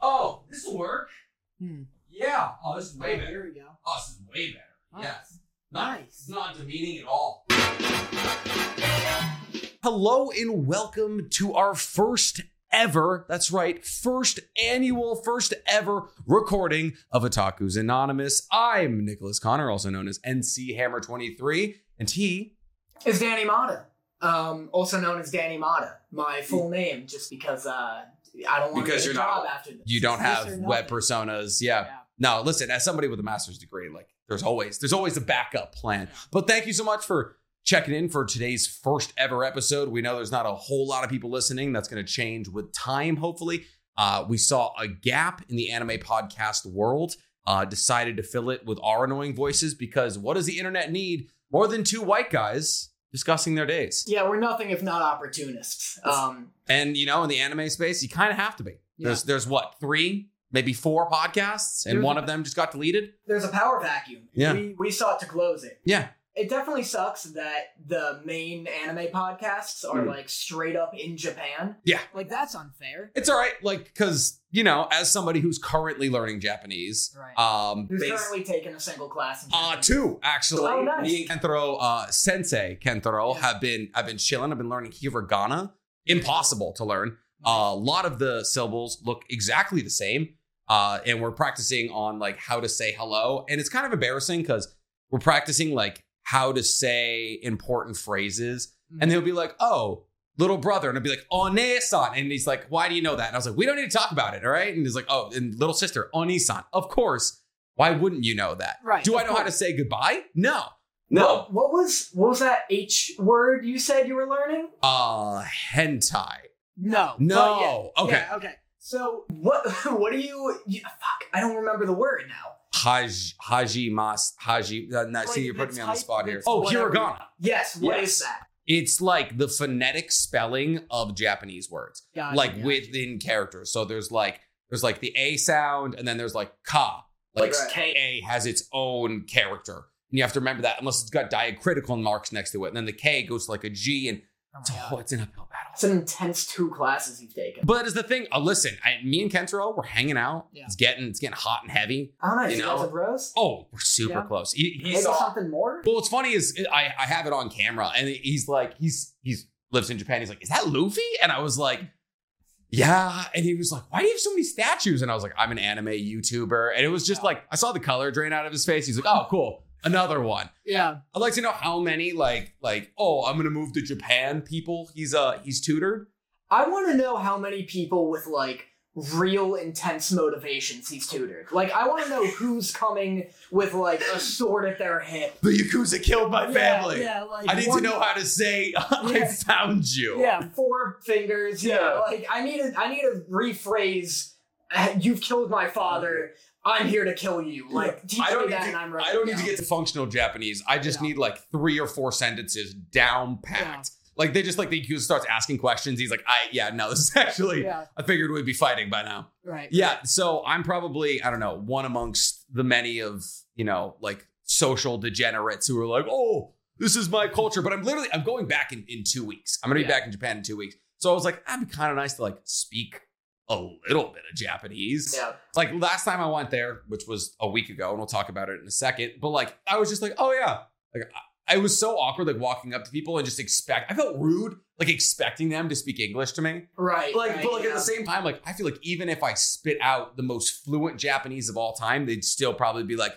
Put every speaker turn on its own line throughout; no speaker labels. Oh, This will work.
Hmm.
Yeah. Oh, this is way
Oh,
better.
Here we go.
Oh, this is way better.
Oh.
Yes. Not,
Nice.
It's not demeaning at all.
Hello and welcome to our first ever, that's right, first annual, first ever recording of Otaku's Anonymous. I'm Nicholas Connor, also known as NC Hammer 23, and he,
Is Danny Mata, um, also known as Danny Mata, my full name, just because uh, I don't want
Because
to
you're
get a job
not-
after this.
you don't
This or
have
nothing.
web personas. Yeah. No, listen, as somebody with a master's degree, like there's always there's always a backup plan. But thank you so much for checking in for today's first ever episode. We know there's not a whole lot of people listening. That's going to change with time, hopefully. Uh, we saw a gap in the anime podcast world. Uh, decided to fill it with our annoying voices because what does the internet need more than two white guys discussing their days?
Yeah, we're nothing if not opportunists. Um,
And you know, in the anime space, you kind of have to be. There's there's what three, maybe four podcasts, and
There's-
one of them just got deleted.
there's a power vacuum.
Yeah.
We, we sought to close it.
Yeah,
It definitely sucks that the main anime podcasts are
Mm.
like straight up in Japan.
Yeah.
Like that's unfair.
It's all right, like because you know, as somebody who's currently learning Japanese,
Right.
um,
Who's
based,
currently taking a single class in
uh,
Japan.
two actually,
Oh, nice.
me and Kentaro uh, Sensei Kentaro
Yeah.
have been I've been chilling. I've been learning hiragana. Impossible to learn. Uh, a lot of the syllables look exactly the same, uh, and we're practicing on like how to say hello, and it's kind of embarrassing because we're practicing like how to say important phrases,
Mm-hmm.
and they'll be like, "Oh, little brother," and I'll be like, "One-san," and he's like, "Why do you know that?" And I was like, "We don't need to talk about it, all right?" And he's like, "Oh, and little sister, Oni-san, of course. Why wouldn't you know that?
Right,
Do I
of
know how to
course.
say goodbye? No,
What, what was what was that H word you said you were learning?
Uh, hentai.
No.
No.
But yeah.
Okay.
Yeah, okay. So what what do you, you fuck, I don't remember the word now.
Haj Haji Mas Haji. Uh, no, see,
Like,
you're putting
that's
me on the
hype-
spot here.
that's
Oh,
whatever.
hiragana.
Yes, What
Yes.
is that?
It's like the phonetic spelling of Japanese words.
Gotcha,
like
gotcha.
within characters. So there's like there's like the A sound, and then there's like ka. Like
Right.
K A has its own character, and you have to remember that unless it's got diacritical marks next to it, and then the K goes to like a G, and
Oh
it's,
my God.
oh, it's an uphill battle.
It's an intense two classes you've taken.
But that is the thing. Uh, listen, I, me and Kentaro, we're hanging out.
Yeah.
It's getting it's getting hot and heavy.
I don't know,
You
you guys
know?
a bros?
Oh, we're super
Yeah.
close. He- he
Maybe
saw-
something more?
well, what's funny is I, I have it on camera, and he's like, he's he's lives in Japan. He's like, is that Luffy? And I was like, yeah. And he was like, why do you have so many statues? And I was like, I'm an anime YouTuber, and it was just like I saw the color drain out of his face. He's like, oh, cool, another one.
Yeah.
I'd like to know how many like like oh, I'm gonna move to Japan. People, he's uh he's tutored.
I want to know how many people with like real intense motivations he's tutored. Like I want to know who's coming with like a sword at their hip.
The yakuza killed my family.
Yeah, yeah, like
I need to
one-
know how to say I
Yeah.
found you.
Yeah, four fingers. Yeah,
Yeah.
like I need to I need to rephrase. uh, You've killed my father. I'm here to kill you. Like teach
I don't
me
need
that,
to-
and I'm ready.
I don't need to
Yeah.
get to functional Japanese. I just
Yeah.
need like three or four sentences down packed. Like they just like the accuser starts asking questions. He's like, I yeah, no, this is actually
Yeah,
I figured we'd be fighting by now.
right.
Yeah. So I'm probably, I don't know, one amongst the many of, you know, like social degenerates who are like, oh, this is my culture. But I'm literally I'm going back in, in two weeks. I'm gonna be
Yeah.
back in Japan in two weeks. So I was like, that'd be kind of nice to like speak a little bit of Japanese
Yeah.
like last time I went there, which was a week ago, and we'll talk about it in a second. But like, I was just like, oh yeah, like I, I was so awkward, like walking up to people and just expect. I felt rude, like expecting them to speak English to me.
Right.
Like,
right,
but like at
yeah.
the same time, like I feel like even if I spit out the most fluent Japanese of all time, they'd still probably be like,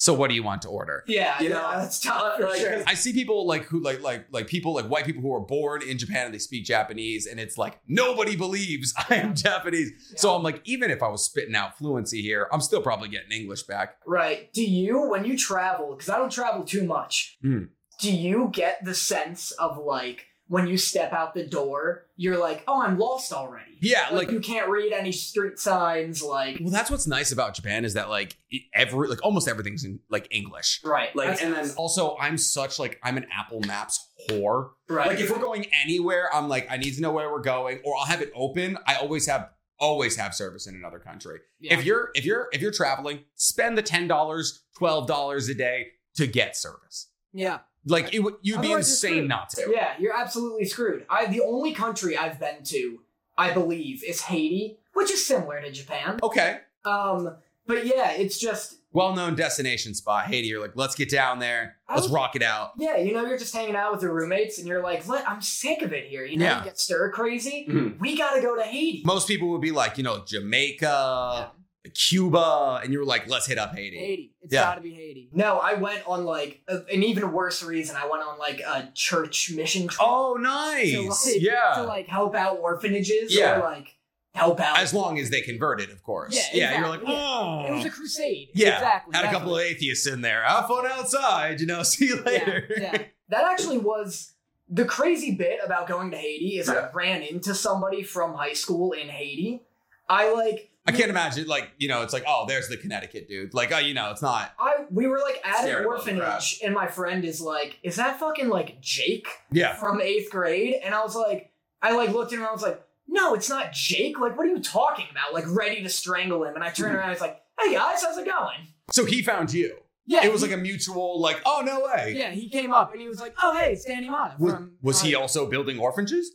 so what do you want to order?
Yeah,
you
you
know,
know, that's tough for
Like,
sure.
I see people like who like like like people like white people who are born in Japan and they speak Japanese and it's like nobody believes I am Japanese. So
Yeah.
I'm like, even if I was spitting out fluency here, I'm still probably getting English back.
Right. Do you, when you travel, because I don't travel too much,
Mm.
do you get the sense of like when you step out the door, you're like, oh, I'm lost already?
Yeah,
Like,
like
you can't read any street signs, like.
well, that's what's nice about Japan is that like it- every like almost everything's in like English.
Right.
Like
that's
and
nice.
then also I'm such like I'm an Apple Maps whore.
Right.
Like if we're going anywhere, I'm like I need to know where we're going, or I'll have it open. I always have always have service in another country. If you're if you're if you're traveling, spend the ten dollars, twelve dollars a day to get service.
yeah.
Like it would you'd be
Otherwise, you're
insane
screwed.
not to.
Yeah, you're absolutely screwed. I the only country I've been to, I believe, is Haiti, which is similar to Japan.
Okay,
Um, but yeah, it's just
Well-known destination spot. Haiti, you're like, let's get down there.
I
Let's
was-
rock it out.
yeah, you know, you're just hanging out with your roommates, and you're like, "Let, I'm sick of it here." You know,
Yeah.
you get stir crazy.
Mhm.
We gotta go to Haiti.
Most people would be like, you know, Jamaica, Cuba, and you were like, let's hit up Haiti.
Haiti. It's
Yeah.
gotta be Haiti.
No, I went on like a, an even worse reason. I went on like a church mission trip
Oh, nice.
like-
yeah.
So
to
like
like help out orphanages
Yeah.
or like help out.
as long as they converted, of course.
Yeah,
you're like,
exactly.
oh.
it was a crusade.
Yeah,
Exactly.
Had a
that's
couple
what
of atheists in there. Have fun outside, you know. See you
it-
later.
Yeah. yeah.
that actually was the crazy bit about going to Haiti is
Yeah.
I ran into somebody from high school in Haiti. I like
I can't imagine, like, you know, it's like, oh, there's the Connecticut dude. Like, oh, you know, it's not.
I we were like at an
Staring above the crowd.
orphanage and my friend is like, "Is that fucking like Jake
Yeah.
from 8th grade?" And I was like I like looked at him and I was like, "No, it's not Jake. Like what are you talking about?" Like ready to strangle him. And I turned around and I was like, "Hey guys, how's it going?"
So he found you.
Yeah,
It was
he-
like a mutual, like, oh, no way.
Yeah, he came up and he was like, "Oh, hey, it's Danny Mata."
Was,
from-
was he
uh,
also building orphanages?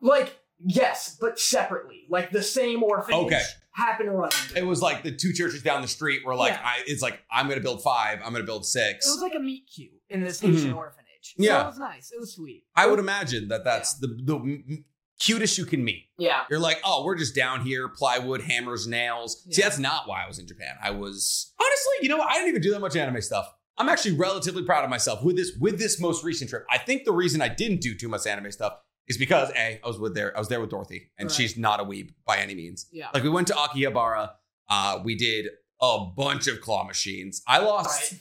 Like yes, but separately. Like the same orphanage
Okay.
happened to run into.
It was like the two churches down the street were like,
Yeah.
I, it's like, I'm going to build five, I'm going to build
It was
six.
like a meet cute in this Haitian orphanage. So
Mm-hmm. Yeah.
it was nice. It was sweet.
I would imagine that that's the, the m- cutest you can meet.
Yeah.
You're like, oh, we're just down here, plywood, hammers, nails. See,
Yeah.
that's not why I was in Japan. I was honestly, you know what? I didn't even do that much anime stuff. I'm actually relatively proud of myself with this with this most recent trip. I think the reason I didn't do too much anime stuff is because a I was with there I was there with Dorothy, and
Right.
she's not a weeb by any means.
Yeah.
Like we went to Akihabara, uh, we did a bunch of claw machines. I lost
Right.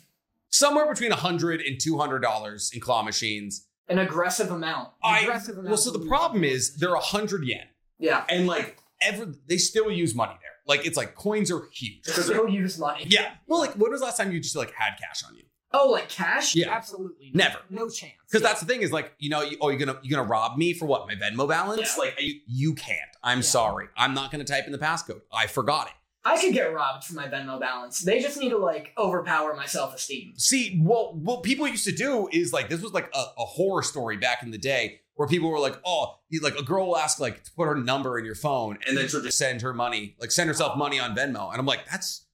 somewhere between 100 and 200 dollars in claw machines.
An aggressive amount.
I
Aggressive
well,
amount
so
of
the
food.
problem is they're 100 yen
Yeah.
and like ever they still use money there like it's like coins are huge
Still use money.
yeah well like when was the last time you just like had cash on you
Oh, like cash?
Yeah.
Absolutely not.
never
No chance.
because that's the thing is like you know you, oh you're gonna you're gonna rob me for what my venmo balance
Yeah.
like you, you can't i'm
Yeah.
sorry i'm not gonna type in the passcode i forgot it
I could get robbed for my Venmo balance. They just need to like overpower my self esteem.
see what what people used to do is like this was like a, a horror story back in the day where people were like oh you, like a girl will ask like to put her number in your phone and then she'll just send her money like send herself money on venmo and i'm like that's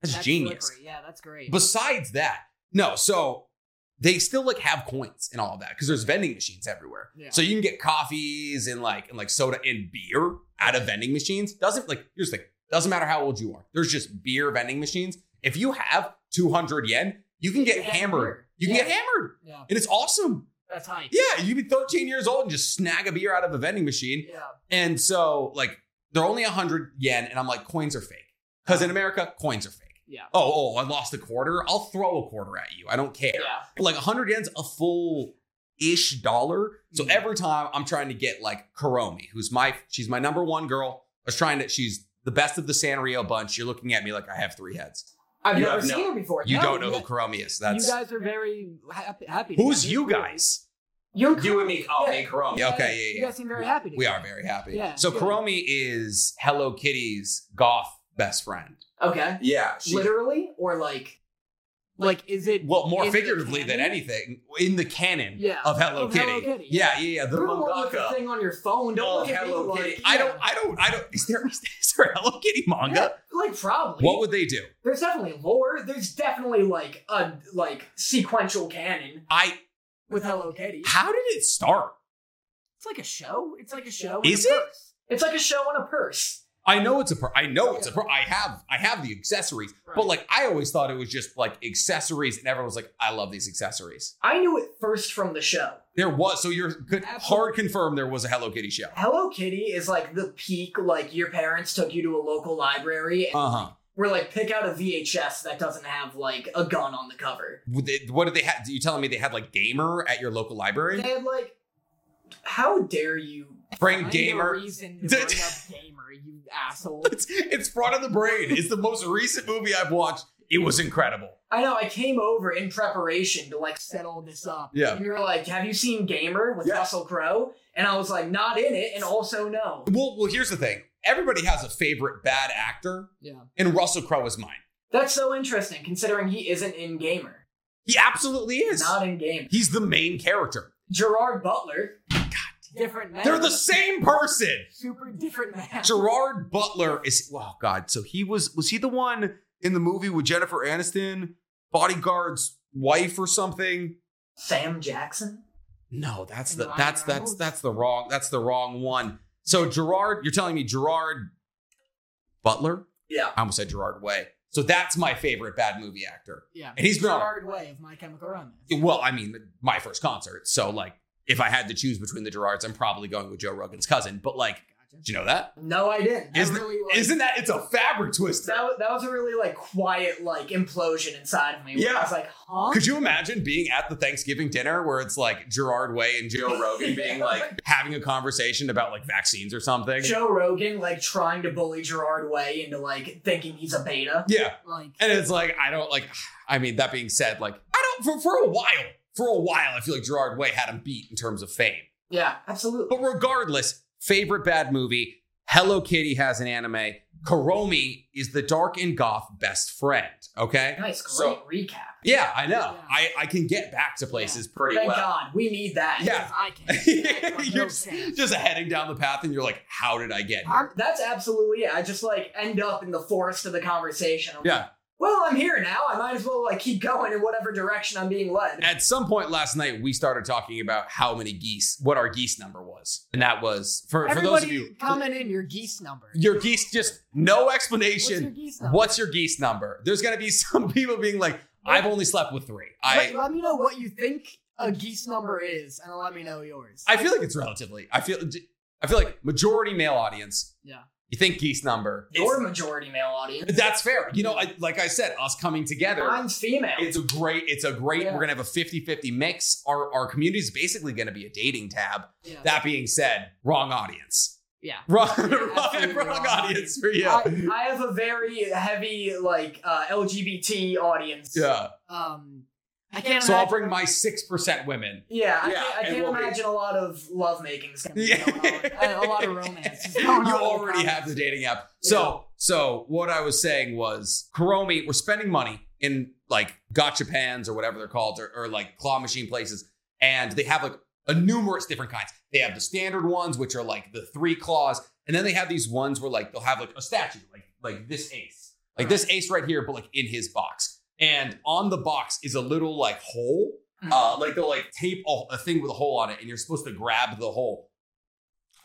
that's, genius
slippery. Yeah, that's great.
besides that no so they still like have coins and all of that because there's vending machines everywhere
Yeah.
so you can get coffees and like and like soda and beer out of vending machines doesn't like here's the thing doesn't matter how old you are there's just beer vending machines if you have 200 yen you can get
You can get
hammered
beer.
you can
Yeah.
get hammered
yeah,
and it's awesome
that's hype.
yeah you'd be 13 years old and just snag a beer out of a vending machine
Yeah.
and so like they're only 100 yen and i'm like coins are fake because in america coins are fake
Uh-huh. Yeah.
oh, oh, I lost a quarter. I'll throw a quarter at you. I don't care. Like 100 yen's a full ish dollar. So
Mhm.
every time I'm trying to get like Karomi, who's my, she's my number one girl. I was trying to, she's the best of the Sanrio bunch. You're looking at me like I have three heads.
I've
You
never
have no-
seen her before.
You
No,
don't know
you
who Karomi is. That's,
you guys are very happy. happy
who's
together.
you guys?
You're
You and me, oh, and Karomi.
Yeah,
You guys-
okay, yeah,
You
yeah.
guys seem very happy.
We are
together.
very happy.
Yeah.
so Karomi is Hello Kitty's goth best friend.
okay.
Yeah. she-
Literally or like
Like, is it?
Well, more
Is it
figuratively than
canon?
anything, in the canon
Yeah.
of Hello
Of
Kitty.
Hello Kitty,
Yeah, yeah, yeah. The
you're the one with the
mangaka.
thing on your phone. Don't
Oh,
look at
Hello
me like,
Kitty.
I don't, I don't, I don't. Is there, is there a Hello Kitty manga?
like probably.
What would they do?
There's definitely lore. There's definitely like a like sequential canon.
I.
with Hello Kitty.
How did it start?
It's like a show. It's like a show.
Is
with a
it?
purse.
It's like a show on a purse.
I know it's a. Pro- I know it's a. Pro- I have, I have the accessories, but like I always thought it was just like accessories, and everyone was like, "I love these accessories."
I knew it first from the show.
There was so you're could
Absolutely.
hard confirm there was a Hello Kitty show.
Hello Kitty is like the peak, like your parents took you to a local library and
Uh huh.
were like, pick out a VHS that doesn't have like a gun on the cover.
What did they have? You telling me they had like gamer at your local library?
They had like, how dare you?
Bring
Find
gamer.
A reason to bring up gamer, you asshole.
It's it's front of the brain. It's the most recent movie I've watched. It was incredible.
I know, I came over in preparation to like,
Set all this up.
Yeah.
and you were like, have you seen Gamer with
Yeah.
Russell Crowe? And I was like, not in it, and also no.
Well, well, here's the thing. Everybody has a favorite bad actor,
Yeah.
and Russell Crowe is mine.
That's so interesting considering he isn't in Gamer.
He absolutely is.
Not in Gamer.
He's the main character.
Gerard Butler.
Different man.
They're the same person.
super different man.
Gerard Butler is oh god. So he was was he the one in the movie with Jennifer Aniston, bodyguard's wife or something?
Sam Jackson?
No, that's the
Ryan
that's that's
Reynolds?
that's the wrong that's the wrong one. So Gerard, you're telling me Gerard Butler?
Yeah.
I almost said Gerard Way. So that's my favorite bad movie actor.
Yeah.
And he's been on-
Gerard Way of My Chemical Romance.
Well, I mean, my first concert. So like, if I had to choose between the Gerards, I'm probably going with Joe Rogan's cousin. But like,
Gotcha.
do you know that?
No, I didn't.
Isn't-
I really like,
Isn't that it's a fabric twister?
that, was, that was a really like quiet like implosion inside of me. where
Yeah.
I was like, huh?
Could you imagine being at the Thanksgiving dinner where it's like Gerard Way and Joe Rogan being like having a conversation about like vaccines or something?
Joe Rogan like trying to bully Gerard Way into like thinking he's a beta.
Yeah.
Like,
And it's like, I don't like, I mean, that being said, like, I don't, for, for a while, for a while, I feel like Gerard Way had him beat in terms of fame.
Yeah, absolutely.
But regardless, favorite bad movie, Hello Kitty has an anime. Karomi is the dark and goth best friend. Okay.
Nice, great
So-
recap.
Yeah, I know.
Yeah.
I, I can get back to places pretty
Thank
well.
God, we need that.
Yeah.
because I can't. Like,
You're
no
just,
sense.
just heading down the path and you're like, how did I get here?
I'm- that's absolutely it. I just like end up in the forest of the conversation. I'm
Yeah.
like, well, I'm here now. I might as well like keep going in whatever direction I'm being led.
At some point last night, we started talking about how many geese, what our geese number was. And that was, for, for those of
Everybody
you,
comment in your geese number.
your geese, just no
What's your
explanation.
geese number?
What's your geese number? There's going to be some people being like, I've only slept with three.
let,
I,
let me know what you think a geese number is, and let me know yours.
I feel like it's relatively, I feel, I feel like majority male audience.
Yeah.
You think geese number.
Your majority male audience.
That's fair. You know, I, like I said, us coming together.
Mine's female.
It's a great, it's a great,
Yeah.
we're gonna have a 50-50 mix. Our our community is basically gonna be a dating tab.
yeah.
That being said, wrong audience.
Yeah.
Wrong, wrong,
absolutely
wrong
wrong
audience for you.
I, I have a very heavy like uh, LGBT audience.
yeah.
um, I can't.
So I'll
imagine-
bring my six percent women.
Yeah, I
Yeah,
can't, I
it
can't
will be.
imagine a lot of love makings.
Yeah.
a, a lot of romance. is
you
going on in the
already
comments.
have the dating app. So so what I was saying was Karomi, we're spending money in like gotcha pans or whatever they're called, or, or like claw machine places, and they have like a numerous different kinds. They have the standard ones, which are like the three claws, and then they have these ones where like they'll have like a statue, like like this ace, like this ace right here, but like in his box. And on the box is a little like hole. Uh, like they'll like tape a, a thing with a hole on it, and you're supposed to grab the hole.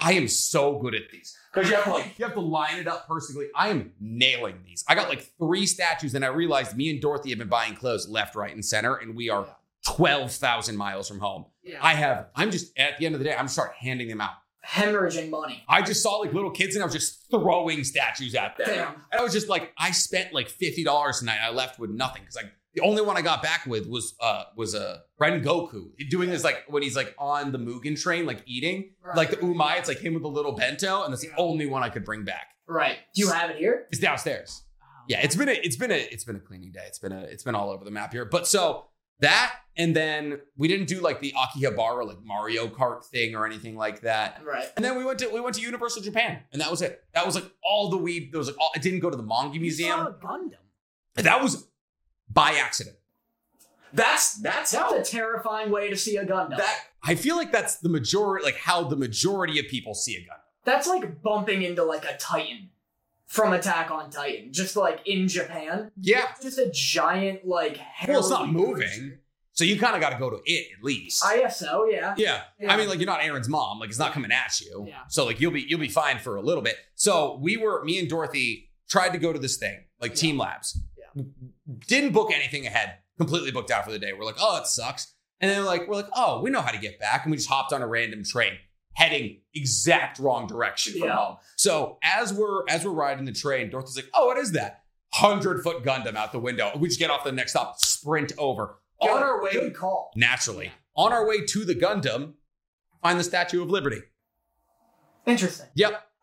I am so good at these because you have to like you have to line it up perfectly. I am nailing these. I got like three statues, and I realized me and Dorothy have been buying clothes left, right, and center, and we are twelve thousand miles from home.
Yeah.
I have. I'm just at the end of the day. I'm just start handing them out.
Hemorrhaging money.
I just saw like little kids, and I was just throwing statues at them.
Damn.
And I was just like, I spent like fifty dollars tonight. I left with nothing because like the only one I got back with was uh was a uh, Ren Goku doing this like when he's like on the Mugen train like eating
Right.
like the Umai. It's like him with a little bento, and that's the
Yeah.
only one I could bring back.
Right. Do you have it here?
It's downstairs.
Wow.
Oh, Yeah, it's been a it's been a it's been a cleaning day. It's been a it's been all over the map here. But so that and then we didn't do like the Akihabara like Mario Kart thing or anything like that.
Right.
And then we went to we went to Universal Japan, and that was it. That was like all the we. There was like all, I didn't go to the manga museum.
You saw a Gundam.
That was by accident.
That's that's a terrifying way to see a Gundam.
That I feel like that's the majority, like how the majority of people see a gun.
that's like bumping into like a Titan from Attack on Titan, just like in Japan.
Yeah.
Just a giant like.
Well, it's not
hairy
moving,
creature.
so you kind of got to go to it at least.
I guess so. Yeah.
yeah.
Yeah.
I mean, like you're not Aaron's mom. Like it's not coming at you.
Yeah.
So like you'll be you'll be fine for a little bit. So we were me and Dorothy tried to go to this thing like
Yeah.
Team Labs. Didn't book anything ahead. Completely booked out for the day. We're like, oh, it sucks. And then like we're like, oh, we know how to get back, and we just hopped on a random train heading exact wrong direction from
Yeah.
home. So as we're as we're riding the train, Dorothy's like, oh, what is that? Hundred foot Gundam out the window. We just get off the next stop, sprint over on
Good-
our way
Good call.
naturally.
Yeah.
On our way to the Gundam, find the Statue of Liberty.
Interesting.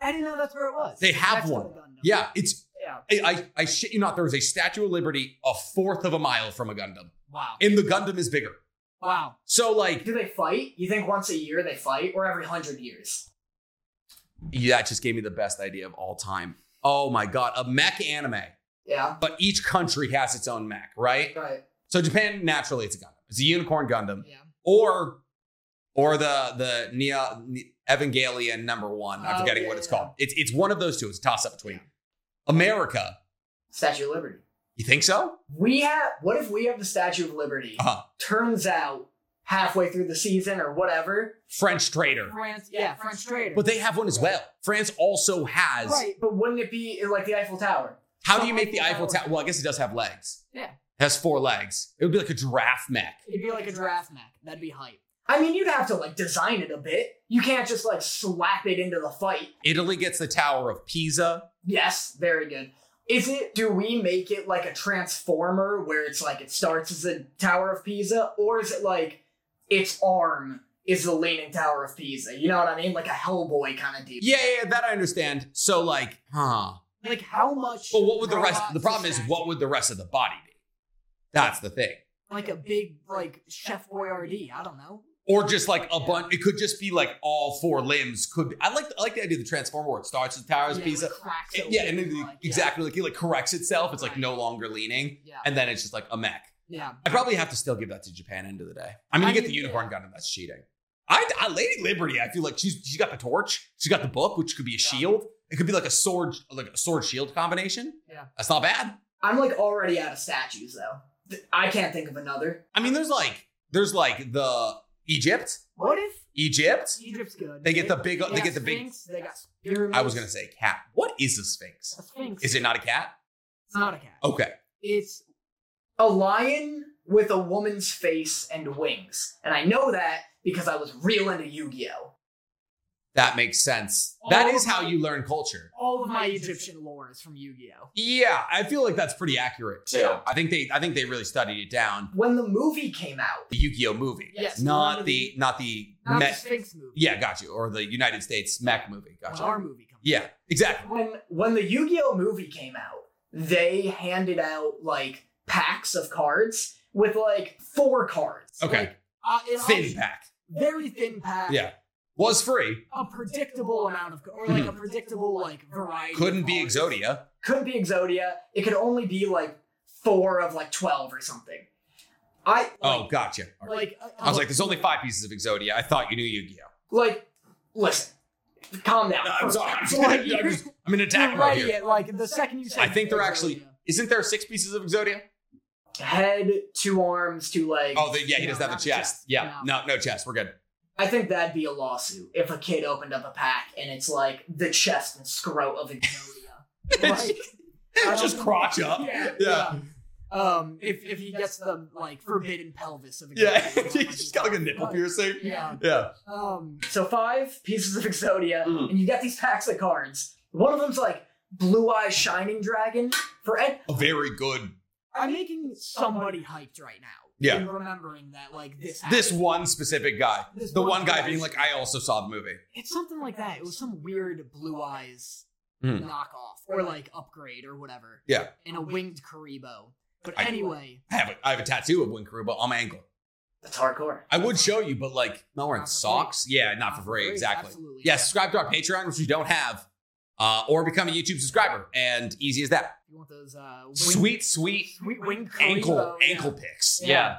I didn't know that's where it was.
They have
Next to
one.
the Gundam.
Yeah, it's
Yeah.
I, I I shit you not. There was a Statue of Liberty a fourth of a mile from a Gundam,
Wow.
and the Gundam is bigger.
Wow.
So like
Do they fight? You think once a year they fight, or every hundred years?
yeah, that just gave me the best idea of all time. Oh my god, a mech anime,
Yeah.
but each country has its own mech, right?
Right.
So Japan naturally it's a Gundam. It's a unicorn Gundam,
Yeah.
or or the the Nia, Ni- Evangelion number one. I'm
Oh,
forgetting
yeah,
what it's
yeah.
called. It's it's one of those two. It's a toss up between America.
Statue of Liberty.
You think so?
We have. What if we have the Statue of Liberty?
Uh-huh.
Turns out halfway through the season or whatever.
French traitor.
France, yeah, French trader.
But they have one as well. France also has.
right.
But wouldn't it be like the Eiffel Tower?
How do you make the Eiffel Tower? Well, I guess it does have legs.
Yeah.
It has four legs. It would be like a giraffe mech.
It'd be like a draft mech. That'd be hype.
I mean, you'd have to like design it a bit. You can't just like slap it into the fight.
Italy gets the Tower of Pisa.
Yes, very good. Is it? Do we make it like a transformer where it's like it starts as the Tower of Pisa, or is it like its arm is the leaning Tower of Pisa? You know what I mean? Like a Hellboy kind of deal.
Yeah, yeah, yeah, that I understand. So, like, huh.
Like how much?
Well, what would the rest?
robots
The problem is,
statue-
what would the rest of the body be? That's the thing.
Like a big like Chef Boyardee. I don't know.
Or just like a bunch. It could just be like all four limbs could. Be, I like. I like the idea of the transformer where it starts with the Tower of
Yeah,
Pisa.
like cracks
It-
open,
yeah, and then the-
like, yeah.
exactly like it like corrects itself. It's like no longer leaning,
Yeah.
and then it's just like a mech.
Yeah.
I probably have to still give that to Japan end of the day. I mean, you
I
get
mean,
the unicorn gun, and that's cheating. I, I Lady Liberty, I feel like she's she's got the torch, she's got the book, which could be a shield. It could be like a sword, like a sword shield combination.
Yeah.
that's not bad.
I'm like already out of statues though. Th- I can't think of another.
I mean, there's like there's like the Egypt,
What if
Egypt.
Egypt's good?
They get the big, they
got
get the big.
Sphinx, They got pyramids.
I was gonna say cat. What is a sphinx?
A Sphinx.
Is it not a cat?
It's not a cat.
Okay,
It's
A lion with a woman's face and wings, and I know that because I was real into Yu-Gi-Oh.
that makes sense. That is how you learn culture.
all of my Egyptian lore is from Yu-Gi-Oh.
Yeah, I feel like that's pretty accurate too.
Yeah.
I think they I think they really studied it down.
When the movie came out,
The Yu-Gi-Oh movie,
Yes,
not
not
the
the-
not the
Not
mech.
the Sphinx movie.
yeah, got you. Or the United States mech movie,
When
gotcha.
our movie comes.
Yeah, exactly.
when when the Yu-Gi-Oh movie came out, they handed out like packs of cards with like four cards.
Okay,
Uh, it
thin
also-
pack.
Very thin pack.
Yeah, was free.
A predictable amount of, or like a predictable like variety.
Couldn't
of
be
colors.
Exodia.
Couldn't be Exodia. It could only be like four of like twelve or something. I
Oh, gotcha.
Like uh,
I was like, there's only five pieces of Exodia. I thought you knew Yu-Gi-Oh.
like listen. Calm down.
No, I'm sorry. I'm,
So, like,
I'm
you're-
just- I'm an
you're
attacker right
right.
here.
yeah, like the second you say,
I think they're
Exodia.
actually- Isn't there six pieces of Exodia?
Head, two arms, two legs.
Oh, the, yeah, he
No,
doesn't have
not
the
the
chest.
chest.
Yeah, no, no chest. We're good.
I think that'd be a lawsuit if a kid opened up a pack and it's like the chest and scrot of Exodia.
Like, don't
just
know.
crotch up.
Yeah.
yeah.
um, if if he gets the like forbidden pelvis of Exodia,
Yeah,
I'm
he just got like a nipple
Right.
piercing.
Yeah.
Yeah.
Um.
so five pieces of Exodia,
Mm.
and you get these packs of cards. One of them's like Blue Eye Shining Dragon for Ed.
A very good.
I'm making somebody hyped right now.
Yeah.
in remembering that like this.
This
happened.
one specific guy.
This
The one guy
guy.
being like, I also saw the movie.
It's something like that. It was some weird blue eyes
Hmm.
knockoff or like upgrade or whatever.
Yeah.
And a winged Karibo. But
I-
anyway,
I have a, I have a tattoo of Win Karuba on my ankle.
That's hardcore.
I would show you, but like, not wearing
Not for
socks. Yeah, not for free. Exactly.
Absolutely.
Yeah, subscribe to our Patreon, which you don't have, uh, or become a YouTube subscriber. And easy as that.
You want those uh, winged,
Sweet, sweet
sweet winged Karibo,
ankle
yeah.
ankle picks.
Yeah.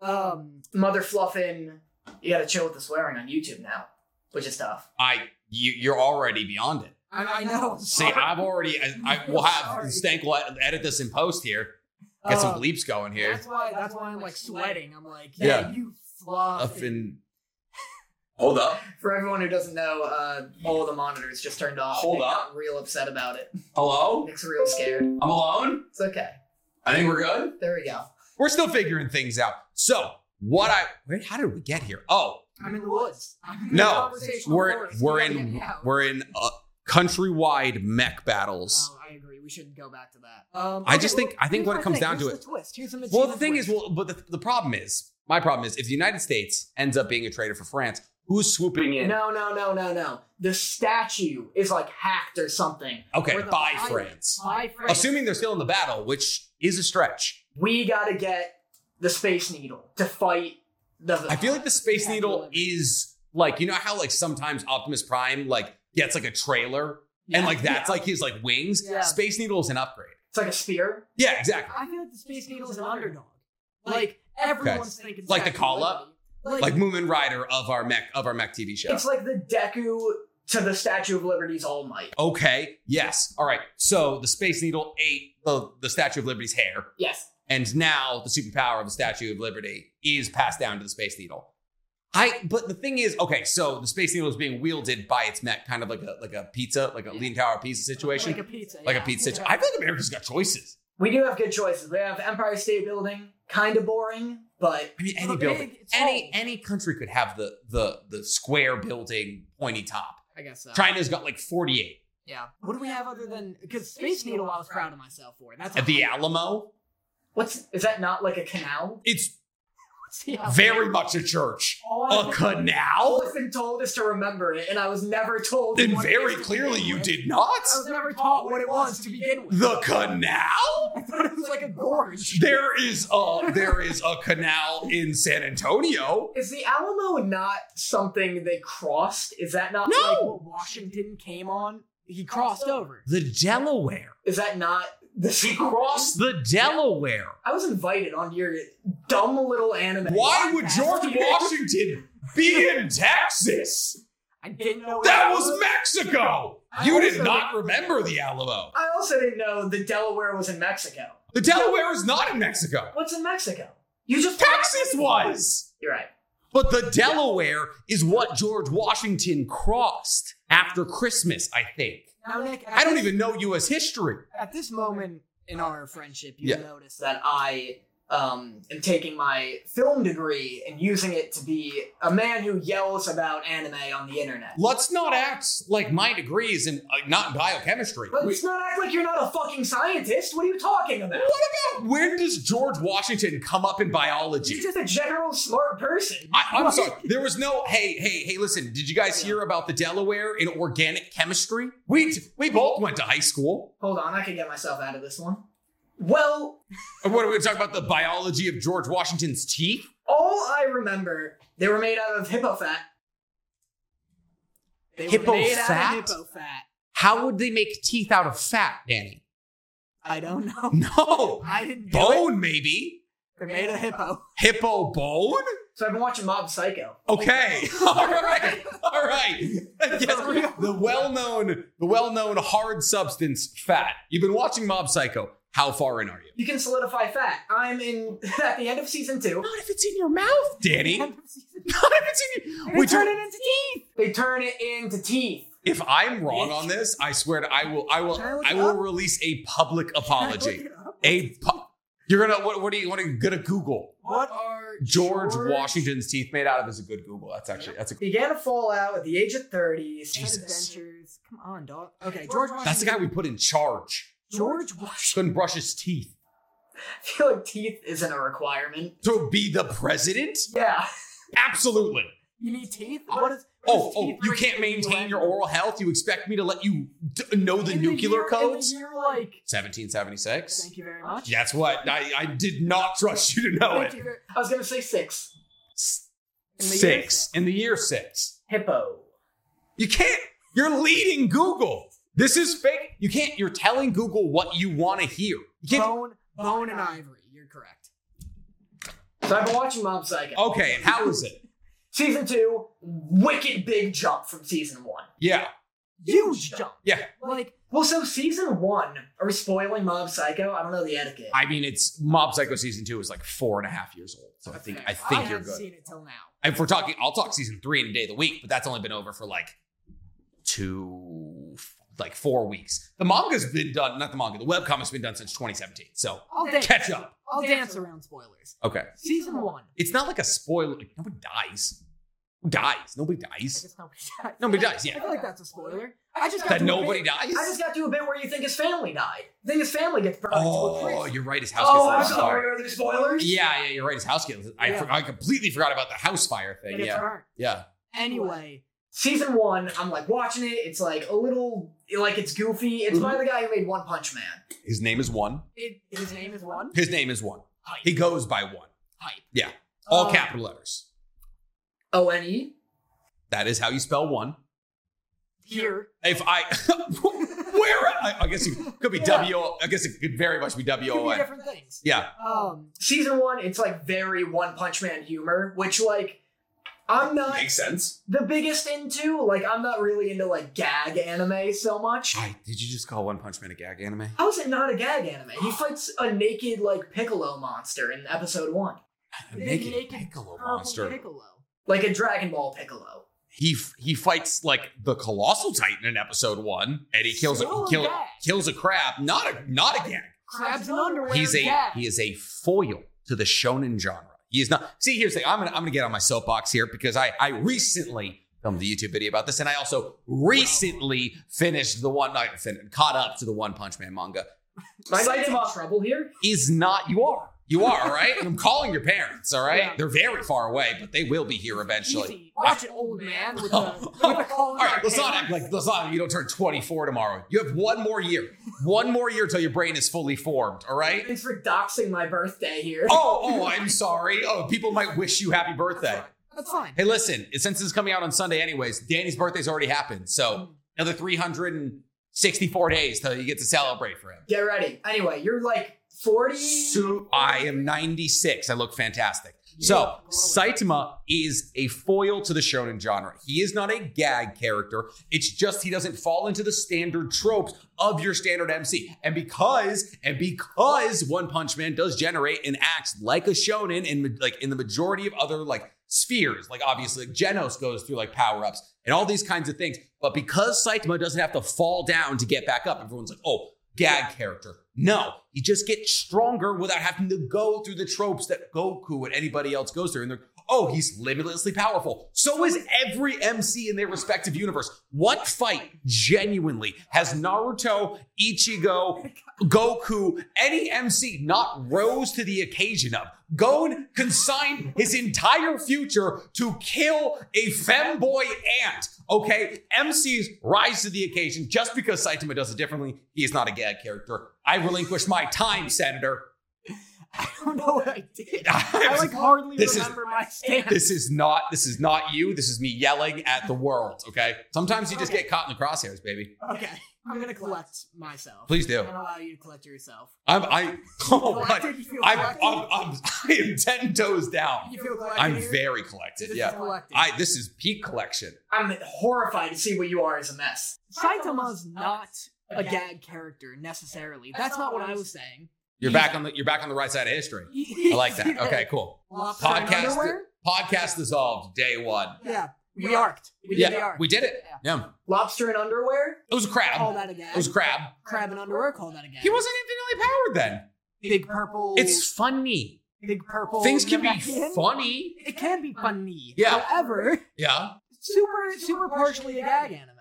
Yeah.
Um,
mother fluffin you gotta chill with the swearing on youtube now which is tough
I you, you're already beyond it.
I, I know.
See, I've already I, I will have
Sorry.
Stank will edit this in post here. Get some
Uh,
bleeps going here.
That's why. That's why I'm like sweating. I'm like,
Yeah.
yeah, you fluff.
and hold up
for everyone who doesn't know uh, all the monitors just turned off
Hold
They
up.
got real upset about it
Hello?
nick's real scared
I'm alone?
it's okay
I think we're good.
there we go
we're still figuring things out so what i wait how did we get here oh
I'm in the woods. I'm in
No,
the conversational
we're
forest. You
we're
gotta get
in
me out.
we're in uh, countrywide mech battles
Oh, I agree. We should go back to that. Um,
I just think- I think
here's
when
my
it comes
thing.
down to
Here's
it-
the twist. Here's the
well
Matilda
the thing
twist.
is well but the, the problem is my problem is if the united states ends up being a traitor for france who's swooping in
no no no no no the statue is like hacked or something
okay
We're the
by
pirates.
france
my friend.
assuming they're still in the battle which is a stretch
we gotta get the space needle to fight the
i feel like the space
Yeah,
needle
totally.
is like you know how like sometimes optimus prime like gets like a trailer and like that's like his like wings
Yeah.
space needle is an upgrade
it's like a spear
Yeah, exactly.
I feel like the Space Needle is an underdog. Like everyone's thinking,
Like the
Statue of
call-up?
Liberty.
Like,
like Moomin Rider of our mech of our mech TV show.
it's like the Deku to the Statue of Liberty's All Might.
Okay. Yes. All right. So the Space Needle ate the, the Statue of Liberty's hair,
Yes.
and now the superpower of the Statue of Liberty is passed down to the Space Needle. I. But the thing is, okay. So the Space Needle is being wielded by its mech, kind of like a like a pizza, like a lean tower pizza situation,
Like a pizza.
like a
yeah.
pizza. situ- I feel like America's got choices.
We do have good choices. We have Empire State Building, kind of boring, but
I mean, any
But
building,
big, it's
any
tall.
any country could have the the the square building, pointy top.
I guess so.
China's got like forty eight.
Yeah. What do we have other than because Space Needle? I was proud of myself for. That's
At the Alamo,
what's is that not like a canal?
it's
Yeah.
very much a church.
All
A
I've, all
canal?
I've been told is to remember it, and I was never told.
Then
what it
very
is to
clearly
begin
you
with.
did not.
I was never taught what it was to begin with.
The canal?
I thought it was like a gorge.
There is a there is a canal in San Antonio.
Is the Alamo not something they crossed? Is that not
No!
like,
Like what Washington came on, he crossed over.
The Delaware.
is that not the sequel?
Cross the Delaware.
I was invited on your dumb little anime.
Why would George Washington be in Texas?
I didn't know
That
it
was Mexico. You did not remember the Alamo.
I also didn't know that Delaware was in Mexico.
The Delaware is not in Mexico.
What's in Mexico? You just
Texas was.
You're right.
But the Delaware is what George Washington crossed after Christmas, I think.
Now, Nick, at
I don't
this-
even know U.S. history.
At this moment in our friendship, you
Yeah.
notice that
That I um, am taking my film degree and using it to be a man who yells about anime on the internet.
Let's not act like my degree is in uh, not in biochemistry. Wait,
Let's not act like you're not a fucking scientist. What are you talking about?
When does George Washington come up in biology?
You're just a general smart person.
I, I'm sorry. There was no. Hey, hey, hey! Listen, did you guys hear about the Delaware in organic chemistry? We we both went to high school.
Hold on, I can get myself out of this one. Well,
Or What are we talking about? The biology of George Washington's teeth?
all I remember, they were made out of hippo fat.
they
Hippo
were made out
fat?
of hippo fat.
How would they make teeth out of fat, Danny?
I don't know.
No,
I didn't do it.
bone maybe.
They're made of hippo.
Hippo bone?
So I've been watching Mob Psycho.
Okay. All right. All right. Yes, the well-known, the well-known hard substance fat. You've been watching Mob Psycho. How far in are you?
You can solidify fat. I'm in at the end of season two.
Not if it's in your mouth, Danny. Not if it's in your.
We
Would
turn
you,
it into teeth.
They turn it into teeth.
if I'm wrong on this, I swear to I will. I will.
Can I look
I
it
will
up?
release a public apology. A. Pu- you're gonna. What, what are you? What are you gonna Google?
What are
George Washington's teeth made out of is a good Google. That's actually. That's a.
Began to fall out at the age of 30s.
Jesus.
Adventures? Come on, dog. Okay, George Washington.
That's the guy we put in charge.
George Washington.
Couldn't brush his teeth.
I feel like teeth isn't a requirement.
to be the president?
Yeah.
Absolutely.
You need teeth. What is? what
Oh,
is
oh,
teeth
you
like
can't
in
maintain
UN?
your oral health? You expect me to let you d- know the
In
nuclear
year-
codes?
In the year, like,
1776.
thank you very much.
That's what I, I did not trust you to know
Thank you
it.
very-
I was going to say six.
S-
In the year
Six
six.
in the year six.
Hippo.
You can't. You're leading Google. This is fake. You can't. You're telling Google what you want to hear. You can't.
Bone, bone, and ivory. You're correct.
So I've been watching Mob Psycho.
Okay, and how is it?
Season two, wicked big jump from season one.
Yeah,
Huge jump.
Yeah.
Like
Well, so season one, are we spoiling Mob Psycho? I don't know the etiquette.
I mean, it's Mob Psycho season two is like four and a half years old, so I think I think you're
haven't
good.
seen it till now.
if we're talking, I'll talk season three in a day of the week, but that's only been over for like two, like four weeks. The manga's been done, not the manga, the webcomic's been done since 2017. So
I'll dance.
catch up.
I'll dance around spoilers.
Okay.
Season one.
It's not like a spoiler. Like, nobody dies. Who dies? Nobody
I
dies.
guess nobody dies.
Nobody dies,
I
yeah.
feel like that's a spoiler. I just got
That
to a
nobody
bit-
dies?
I just got to a bit where you think his family died. You think his family gets burned into a
Oh,
crisp.
you're right. His house
Oh, I'm
gets lit on
sorry.
fire.
Are there spoilers?
Yeah, yeah, you're right. His house gets I,
Yeah.
for- I completely forgot about the house fire thing.
It's
Yeah.
hard.
Yeah.
Anyway,
Season one, I'm like watching it. It's like a little, like it's goofy. It's
Mm-hmm.
by the guy who made One Punch Man.
His name is One.
it, his name is one.
His name is One.
Hype.
He goes by One.
Hype.
Yeah. All
Um,
capital letters.
O N E.
That is how you spell One.
Here.
If I where I, I guess it could be
Yeah.
W. I guess it could very much be W O
Could be
N.
different things.
Yeah,
Um,
Season one, it's like very One Punch Man humor, which like I'm not
Makes sense.
the biggest into. Like, I'm not really into like gag anime so much.
I, did you just call One Punch Man a gag anime?
How is it not a gag anime? He fights a naked like Piccolo monster in episode one,
A
They
naked,
make it Oh,
Piccolo
Purple
monster.
Piccolo.
like a Dragon Ball Piccolo.
He f- he fights like the colossal titan in episode one, and he kills a
Still
he
a
kill,
gag.
kills a crab. Not a not a gag.
Crabs and underwear.
He's a
gag.
he is a foil to the shonen genre. He is not. See, here's the thing. I'm gonna I'm gonna get on my soapbox here because I I recently filmed a YouTube video about this, and I also recently finished the one not fin- caught up to the One Punch Man manga.
Am I
Psych-
in trouble here?
Is not you are you are all right. I'm calling your parents. All right,
Yeah.
they're very far away, but they will be here eventually. Oh.
Easy. Watch it, old man. With the, with the
All right, let's not act like let's not. You don't turn 24 tomorrow. You have one more year, one more year till your brain is fully formed. All right.
Thanks for doxing my birthday here.
Oh, oh, I'm sorry. Oh, people might wish you happy birthday.
That's fine.
Hey, listen, since this is coming out on Sunday, anyways, Danny's birthday's already happened. So another 364 days till you get to celebrate for him.
Get ready. Anyway, you're like 40.
So I am 96. I look fantastic. So Saitama is a foil to the shonen genre. He is not a gag character. It's just he doesn't fall into the standard tropes of your standard MC. And because and because One Punch Man does generate and acts like a shonen in like in the majority of other like spheres, like obviously like Genos goes through like power ups and all these kinds of things. But because Saitama doesn't have to fall down to get back up, everyone's like, oh, gag character. No, you just get stronger without having to go through the tropes that Goku and anybody else goes through. And they're, oh, he's limitlessly powerful. So is every MC in their respective universe. What fight genuinely has Naruto, Ichigo, Goku, any MC not rose to the occasion of? Gon consigned his entire future to kill a femboy ant. Okay, MCs rise to the occasion just because Saitama does it differently. He is not a gag character. I relinquish my time, Senator.
I don't know what I did. I like hardly
This is-
remember my stand.
this is not this is not you. This is me yelling at the world. Okay. Sometimes you just get caught in the crosshairs, baby.
Okay, I'm gonna collect myself.
Please do.
I'm gonna allow you to collect yourself.
I'm I oh
Collected?
my,
you feel
I'm,
collected?
I'm, I'm I am ten toes down.
you feel collected
I'm
here?
very collected.
This is
Yeah.
collected.
I this is peak collection.
I'm horrified to see what you are as a mess.
Saitama's not a gag character necessarily. That's not what I was saying.
You're back on the you're back on the right side of history. I like that. Okay, cool.
Lobster and
Podcast
underwear?
podcast dissolved day one.
Yeah, we arced. We did the
Yeah,
arc.
we did it. Yeah.
Lobster and underwear?
It was a
Call
crab.
that a gag.
It was a crab.
Crab and underwear. Call that a gag.
He wasn't infinitely powered then.
big purple.
It's funny.
big purple.
Things can be
Namekian.
funny.
It can be funny.
Yeah.
However,
Yeah.
super super partially a gag anime.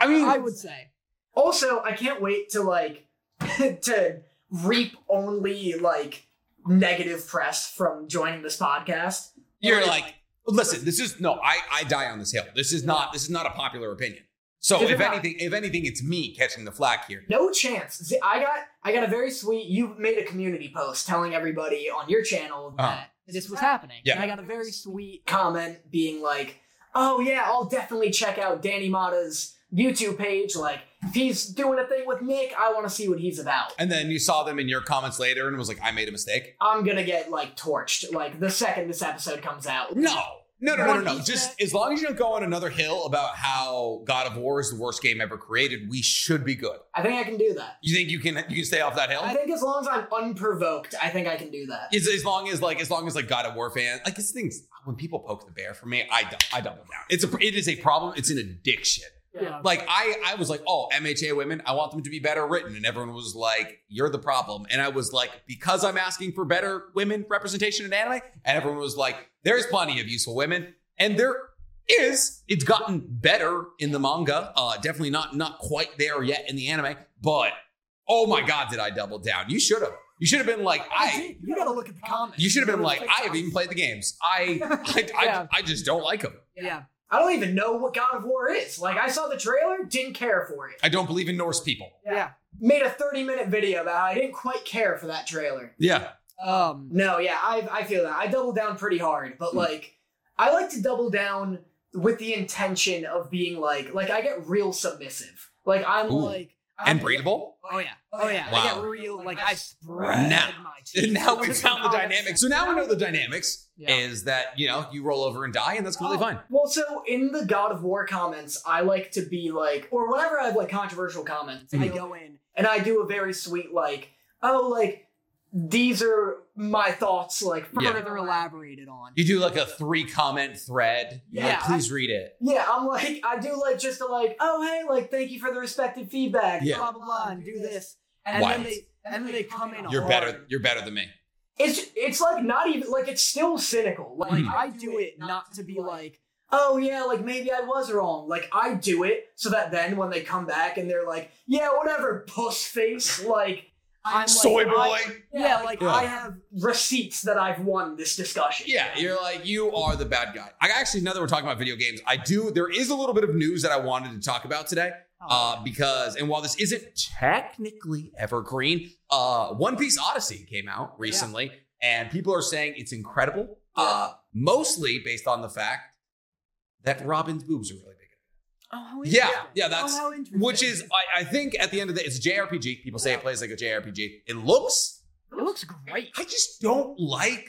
I mean,
I would say.
Also, I can't wait to like to reap only like negative press from joining this podcast.
you're like, listen, this is no, I, I die on this hill. This is not, this is not a popular opinion. So
Is it
if
not?
anything, if anything, it's me catching the flack here.
No chance. Z- I got I got a very sweet you made a community post telling everybody on your channel
Uh-huh.
that
this was happening.
Yeah.
And I got a very sweet
comment being like, "Oh yeah, I'll definitely check out Danny Mata's YouTube page like if he's doing a thing with Nick, I want to see what he's about."
And then you saw them in your comments later and was like, I made a mistake.
I'm going to get like torched like the second this episode comes out.
No, no, no, no, no,
One
no.
piece
Just
that-
as long as you don't go on another hill about how God of War is the worst game ever created, we should be good.
I think I can do that.
You think you can, you can stay off that hill?
I think as long as I'm unprovoked, I think I can do that.
As, as long as like as long as like God of War fan like this thing's when people poke the bear for me I dumb, I dumb them down it's a it is a problem it's an addiction
Yeah.
like I I was like oh MHA women I want them to be better written and everyone was like you're the problem and I was like because I'm asking for better women representation in anime and everyone was like there's plenty of useful women and there is it's gotten better in the manga uh definitely not not quite there yet in the anime but oh my god did I double down you should have you should have been like I
did. You gotta look at the comments.
you should have been like, I haven't even played the games. I, I, I,
Yeah.
I just don't like them.
Yeah.
I don't even know what God of War is. Like, I saw the trailer, didn't care for it.
I don't believe in Norse people.
Yeah.
Made a 30 minute video about how I didn't quite care for that trailer.
Yeah.
Um
No, yeah, I, I feel that. I doubled down pretty hard,
Hmm.
but like, I like to double down with the intention of being like, like, I get real submissive. Like, I'm
Ooh.
like,
And breathable.
oh yeah. Oh yeah, I
Wow.
got real like I spread
Now-
my cheeks.
And now we
That's
found the
how I-
dynamics. So now we know the dynamics
Yeah. Oh.
is that, you know, you roll over and die, and that's completely fine.
Well, so in the God of War comments, I like to be like, or whenever I have like controversial comments,
I
I go
go in.
and I do a very sweet like, oh, like these are my thoughts, like
Yeah.
Further elaborated on.
You do like a three comment thread. Yeah.
Yeah.
please read it.
Yeah, I'm like, I do like just to like, oh hey, like thank you for the respective feedback.
Yeah.
Blah blah blah, and do this,
And
and
Why?
then they and then they come in.
You're
hard.
better. You're better than me.
It's it's like not even like it's still cynical. Like
Like
Mhm.
I do it not to be like
oh yeah, like maybe I was wrong. Like I do it so that then when they come back and they're like, yeah, whatever, puss face, like
I'm like,
Soy boy.
I- yeah, like
Yeah.
I have
receipts that I've won this discussion.
Yeah, you're like you are the bad guy. I actually now that we're talking about video games, I do. There is a little bit of news that I wanted to talk about today uh, because, and while this isn't technically evergreen, uh, One Piece Odyssey came out recently, and people are saying it's incredible, uh, mostly based on the fact that Robin's boobs are really big.
Oh, how
Yeah,
interesting.
yeah, that's-
oh, how interesting.
Which is, I, I think, at the end of the, it's a JRPG. People say it plays like a JRPG. It looks.
it looks great.
I just don't like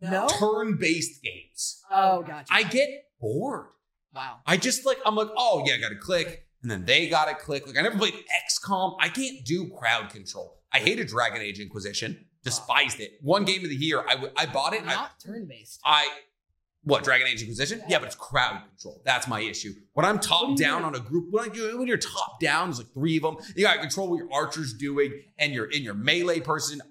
No.
turn-based games.
Oh, gotcha.
I get bored.
wow.
I just like I'm like, oh yeah, I gotta click, and then they gotta click. Like I never played XCOM. I can't do crowd control. I hated Dragon Age Inquisition. Despised it. One game of the year. I w- I bought it. I,
Not turn based.
I what Dragon Age Inquisition? Yeah, but it's crowd control. That's my issue. When I'm top
What do you
down on
mean?
a group, when, I, when you're top down, there's like three of them. You gotta control what your archer's doing, and your and your melee person.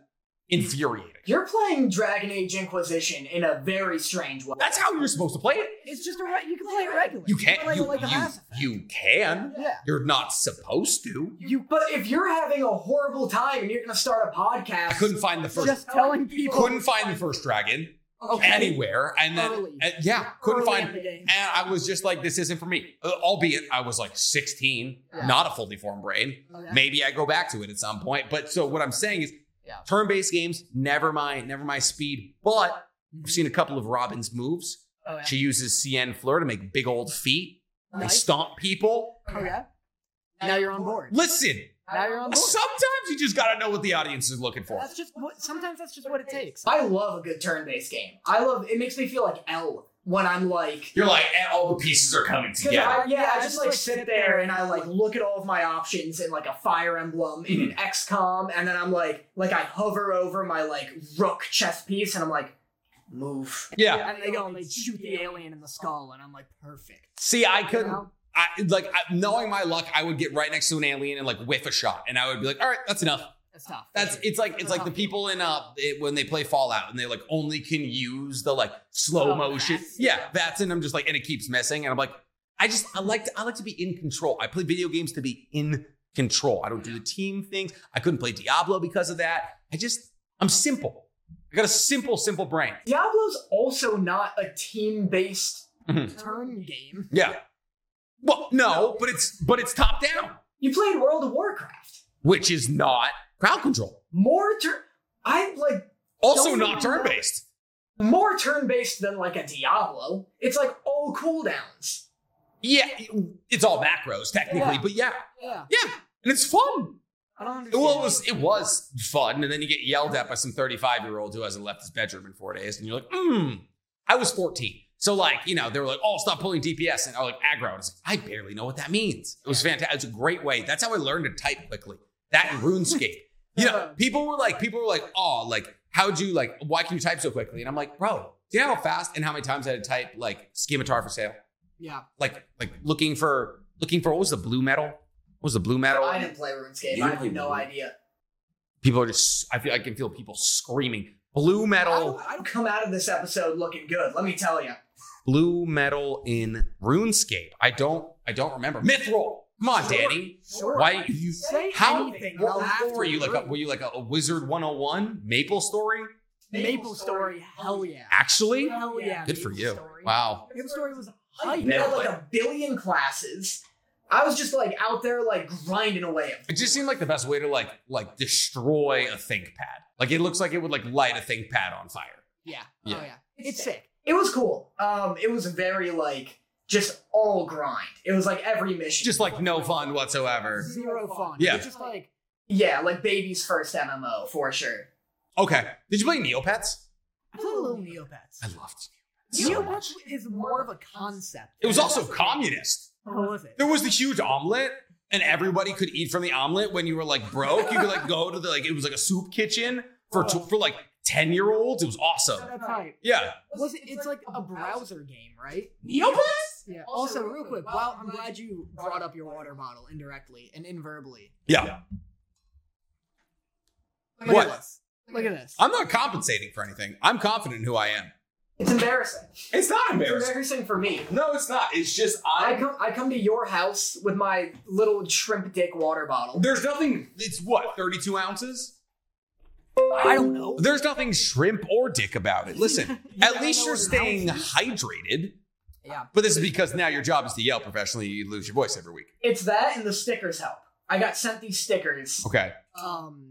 Infuriating.
You're playing Dragon Age Inquisition in a very strange way.
That's how you're supposed to play it.
It's just a re- you can play it regularly.
You can't.
Play it
You,
like a
you,
Mass Effect.
you can.
Yeah.
You're not supposed to.
You, but if you're having a horrible time and you're gonna start a podcast,
I couldn't find the first.
Just telling people.
couldn't find the first dragon
Okay.
anywhere, and then
Early.
uh, yeah, couldn't
Early
find.
in the game.
And I was just like, this isn't for me. Uh, albeit I was like 16,
Yeah.
not a fully formed brain.
Oh, yeah.
Maybe I go back to it at some point. But so what I'm saying is,
Yeah.
turn-based games, never my never my speed. But I've seen a couple of Robin's moves.
Oh, yeah.
She uses CN Fleur to make big old feet and
Mm-hmm. Nice.
stomp people.
Oh, yeah. Now you're on board.
Listen,
Now you're on board.
sometimes you just gotta know what the audience is looking for.
That's just what. Sometimes that's just what it takes.
I love a good turn-based game. I love it makes me feel like L when I'm like
You're like, eh, all the pieces are coming
Cause
together.
I, yeah, I just like sit there and I like look at all of my options in like a Fire Emblem in
Mm-hmm.
an XCOM, and then I'm like, like I hover over my like Rook chess piece, and I'm like, move.
Yeah.
And they go and they shoot the alien in the skull, and I'm like, perfect.
See, I
You
couldn't.
know?
I like I, knowing my luck, I would get right next to an alien and like whiff a shot, and I would be like, "All right, that's enough."
That's tough.
That's it's like it's
Oh.
like the people in uh it, when they play Fallout and they like only can use the like slow
Oh,
motion.
that's-
Yeah, that's and I'm just like, and it keeps missing, and I'm like, I just I like to, I like to be in control. I play video games to be in control. I don't do the team things. I couldn't play Diablo because of that. I just I'm simple. I got a simple, simple brain.
Diablo's also not a team-based.
Mm-hmm.
turn game.
Yeah. Well, no, but it's but it's top down.
You played World of Warcraft.
which is not crowd control.
More turn. I like
Also
Don't
not
even
turn based.
more turn-based than like a Diablo. It's like all cooldowns.
Yeah, it's all macros technically,
Yeah.
but yeah,
Yeah.
yeah, and it's fun.
I don't understand.
Well, it was it was fun, and then you get yelled at by some thirty five year old who hasn't left his bedroom in four days, and you're like, hmm. I was fourteen, so like you know they were like, oh, stop pulling DPS, and I was like aggro. And I was like, I barely know what that means. It was fantastic. It's a great way. That's how I learned to type quickly. That and RuneScape. You know,
Uh-huh.
people were like, people were like, oh, like, how'd you like, why can you type so quickly? And I'm like, bro, do you know how fast and how many times I had to type like scimitar for sale?
Yeah.
Like, like looking for looking for what was the blue metal? What was the blue metal?
I didn't play RuneScape.
You
I have
didn't
no
play-
idea.
People are just I feel I can feel people screaming. Blue
I,
metal,
Oh.
I don't come out of this episode looking good. Let me tell you.
blue metal in RuneScape. I don't I don't remember. Mithril. Come on, Danny.
Sure.
Why you
Say
how
anything.
what
I'll have
were
to
you like a,
agree.
were you like a, a wizard 101 maple story?
Maple Story? Hell yeah.
Actually?
Hell yeah.
Good for
Maple
you.
Story.
Wow.
Maple Story was
I
hype.
Yeah.
had like a billion classes. I was just like out there like grinding away.
It just seemed like the best way to like like destroy a ThinkPad. Like it looks like it would like light a ThinkPad on fire.
Yeah.
Yeah.
Oh yeah. It's sick.
It was cool. Um, it was very like just all grind. It was like every mission.
Just like no fun whatsoever.
Zero fun.
Yeah.
It's just like
Yeah, like baby's first MMO for sure.
Okay. Did you play Neopets?
I played a little Neopets.
I loved
so
Neopets
much.
is more of a concept.
it. It was also communist.
What was it?
There was the huge omelet, and everybody could eat from the omelet when you were like broke. You could like go to the like it was like a soup kitchen for tw- for like ten year olds. It was awesome.
That's right.
Yeah.
Was it? It's like a browser game, right?
Neopets?
Yeah. Also, real quick, wow, I'm glad you brought up your water bottle indirectly and inverbally.
Yeah.
Look at
What?
this. Look at this.
I'm not compensating for anything. I'm confident in who I am.
It's embarrassing.
It's not
It's embarrassing for me.
No, it's not. It's just
I come I come to your house with my little shrimp dick water bottle.
There's nothing. It's what 32 ounces.
I don't know.
There's nothing shrimp or dick about it. Listen, at least you're staying hydrated.
Yeah.
But this is because now your job is to yell professionally. You lose your voice every week.
It's that and the stickers help. I got sent these stickers.
Okay.
Um,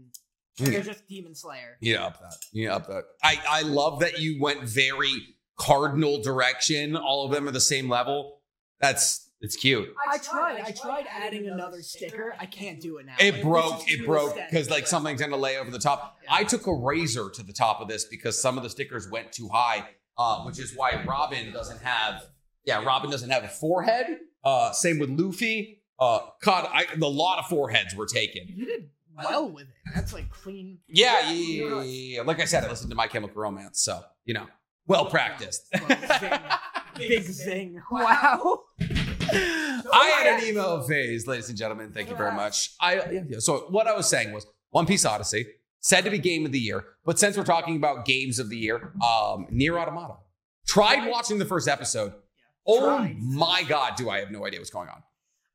Mm.
they're just Demon Slayer.
Yeah, up that. Yeah, up that. I, I love that you went very cardinal direction. All of them are the same level. That's it's cute.
I tried. I tried adding another sticker. I can't do it now.
It
Like,
broke.
this is
It
too
broke
aesthetic.
because like something's gonna lay over the top. I took a razor to the top of this because some of the stickers went too high, uh, which is why Robin doesn't have. Yeah, Robin doesn't have a forehead. Uh, same with Luffy. Uh, God, I, the lot of foreheads were taken.
You did well with it. That's like clean.
Yeah, yeah, yeah, yeah, yeah, yeah. Like I said, I listened to My Chemical Romance, so you know, well practiced.
Big zing. Big zing. Wow.
I had an email phase, ladies and gentlemen. Thank you very much. I yeah, yeah. so what I was saying was One Piece Odyssey said to be game of the year, but since we're talking about games of the year, um, Near Automata. Tried watching the first episode. Oh
Tried.
my god, do I have no idea what's going on?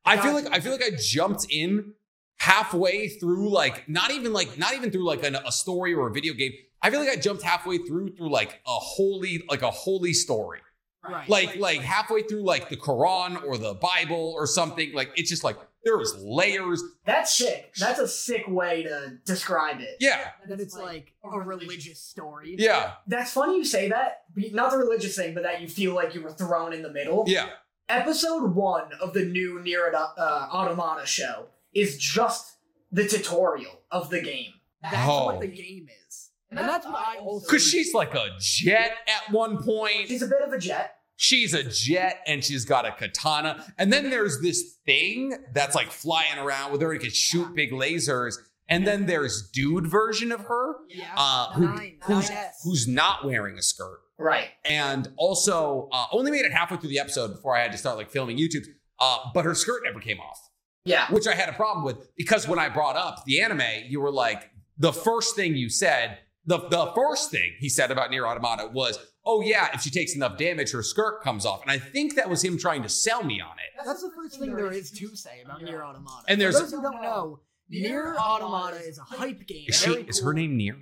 I feel like I feel like I jumped in halfway through, like not even like not even through like an, a story or a video game. I feel like I jumped halfway through through like a holy like a holy story
Right.
like like halfway through like the Quran or the Bible or something. Like it's just like there was layers.
That's sick. That's a sick way to describe it.
Yeah,
And then it's like a religious story.
yeah,
That's funny you say that. Be- Not the religious thing, but that you feel like you were thrown in the middle.
yeah.
Episode one of the new Nier Auto- uh, Automata show is just the tutorial of the game.
That's
Oh.
what the game is. And that's what I also.
Cause she's like a jet at one point.
She's a bit of a jet.
She's a jet and she's got a katana. And then there's this thing that's like flying around with her and can shoot big lasers. And then there's dude version of her
Yeah.
uh, who,
Nine,
who's
nine.
who's not wearing a skirt.
Right.
and also uh, only made it halfway through the episode before I had to start like filming YouTube. Uh, but her skirt never came off,
Yeah.
which I had a problem with because when I brought up the anime, you were like, the first thing you said, the the first thing he said about Nier Automata was, "Oh yeah, if she takes enough damage, her skirt comes off." And I think that was him trying to sell me on it.
That's the first thing there is to say about Nier Automata.
And there's-
For those who don't know, Nier Automata is a hype game.
Is she
Very
is
cool.
her name Nier?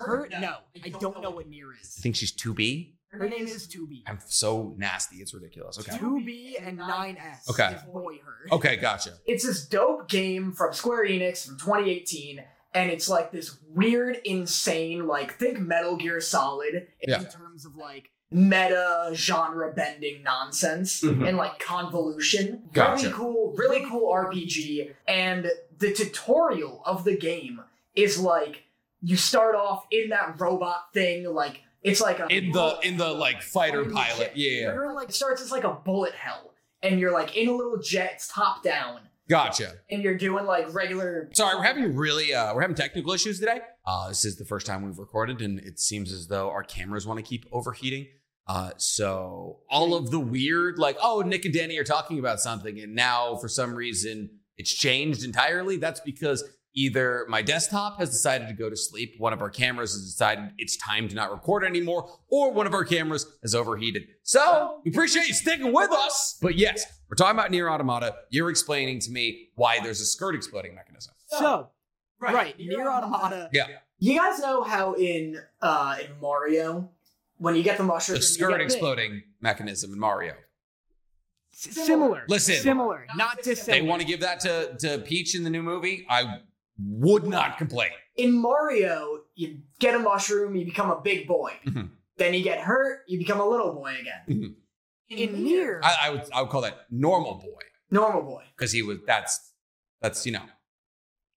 I
Her no, I don't know what Nier is.
think she's two B.
Her name is 2B.
I'm so nasty, it's ridiculous. Okay,
2B and 9S.
Okay.
Is boy her.
okay, gotcha.
It's this dope game from Square Enix from 2018, and it's like this weird, insane, like think Metal Gear Solid
Yeah.
In terms of like
meta genre bending nonsense
Mm-hmm.
and like convolution.
Mm-hmm. Gotcha.
Really cool, really cool RPG. And the tutorial of the game is like you start off in that robot thing, like it's like a
In the in the like fighter pilot, yeah,
You're like it starts as like a bullet hell, and you're like in a little jet, it's top down,
gotcha.
and you're doing like regular
Sorry, we're having really uh, we're having technical issues today. Uh, this is the first time we've recorded, and it seems as though our cameras want to keep overheating. Uh, so all of the weird, like, oh, Nick and Danny are talking about something, and now for some reason it's changed entirely. That's because either my desktop has decided to go to sleep, one of our cameras has decided it's time to not record anymore, or one of our cameras has overheated. So we appreciate you sticking with us. But yes, we're talking about near automata. You're explaining to me why there's a skirt exploding mechanism.
So right, Nier Automata.
You guys know how in uh in Mario, when you get the mushroom,
the
you
skirt
get big.
exploding mechanism in Mario.
s- Similar.
Listen.
Similar. Not dissimilar.
They want to give that to, to Peach in the new movie. I would not complain.
In Mario, you get a mushroom, you become a big boy.
Mhm.
Then you get hurt, you become a little boy again.
Mhm.
in Nier.
I, I would I would call that normal boy
normal boy.
because he was that's that's you know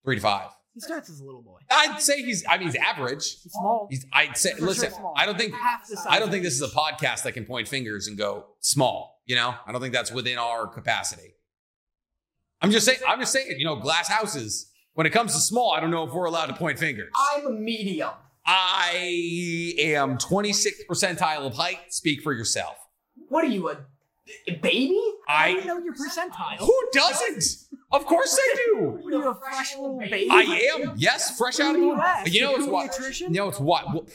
three to five.
He starts as a little boy.
I'd say he's. I mean, he's average.
He's small.
He's. I'd say.
For sure
Listen,
small.
I don't think.
half the size.
I don't think this is a podcast that can point fingers and go small. You know, I don't think that's within our capacity. I'm just saying. I'm just saying. You know, glass houses. When it comes to small, I don't know if we're allowed to point fingers.
I'm a medium.
I am 26th percentile of height. Speak for yourself.
What are you, a a baby?
I don't
I.
know your percentile.
Who doesn't? Of course I do.
What are you, a fresh little baby?
I am. Yes, fresh out of the
Yes,
You know it's
become a
what?
nutrition?
You know it's what? what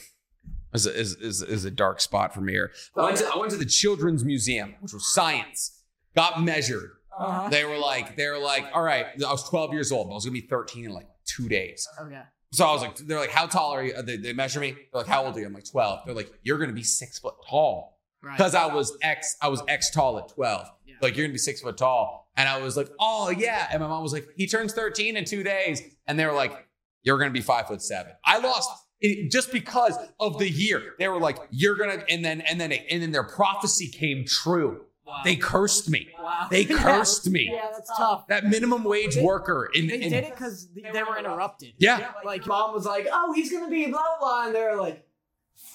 is, a, is, is, is a dark spot from here. I went, to, I went to the Children's Museum, which was science. Got measured.
Uh-huh.
They were like, they were like, all right. I was 12 years old, but I was gonna be 13 in like two days.
Oh,
Okay.
So I was like, they're like, how tall are you? They, they measure me. They're like, how old are you? I'm like 12. They're like, you're gonna be six foot tall
Right.
because I was X, I was X tall at 12.
Yeah.
Like, you're gonna be six foot tall. And I was like, oh, yeah. And my mom was like, he turns 13 in two days. And they were like, you're gonna be five foot seven. I lost it just because of the year. They were like, you're gonna, and then, and then, and then their prophecy came true.
Wow.
They cursed me.
Wow.
They
Yeah.
cursed me.
Yeah, that's tough.
That minimum wage worker in,
They
in-
did it because they, they were interrupted.
yeah,
Like, mom was like, oh, he's gonna be blah, blah, blah. And they're like,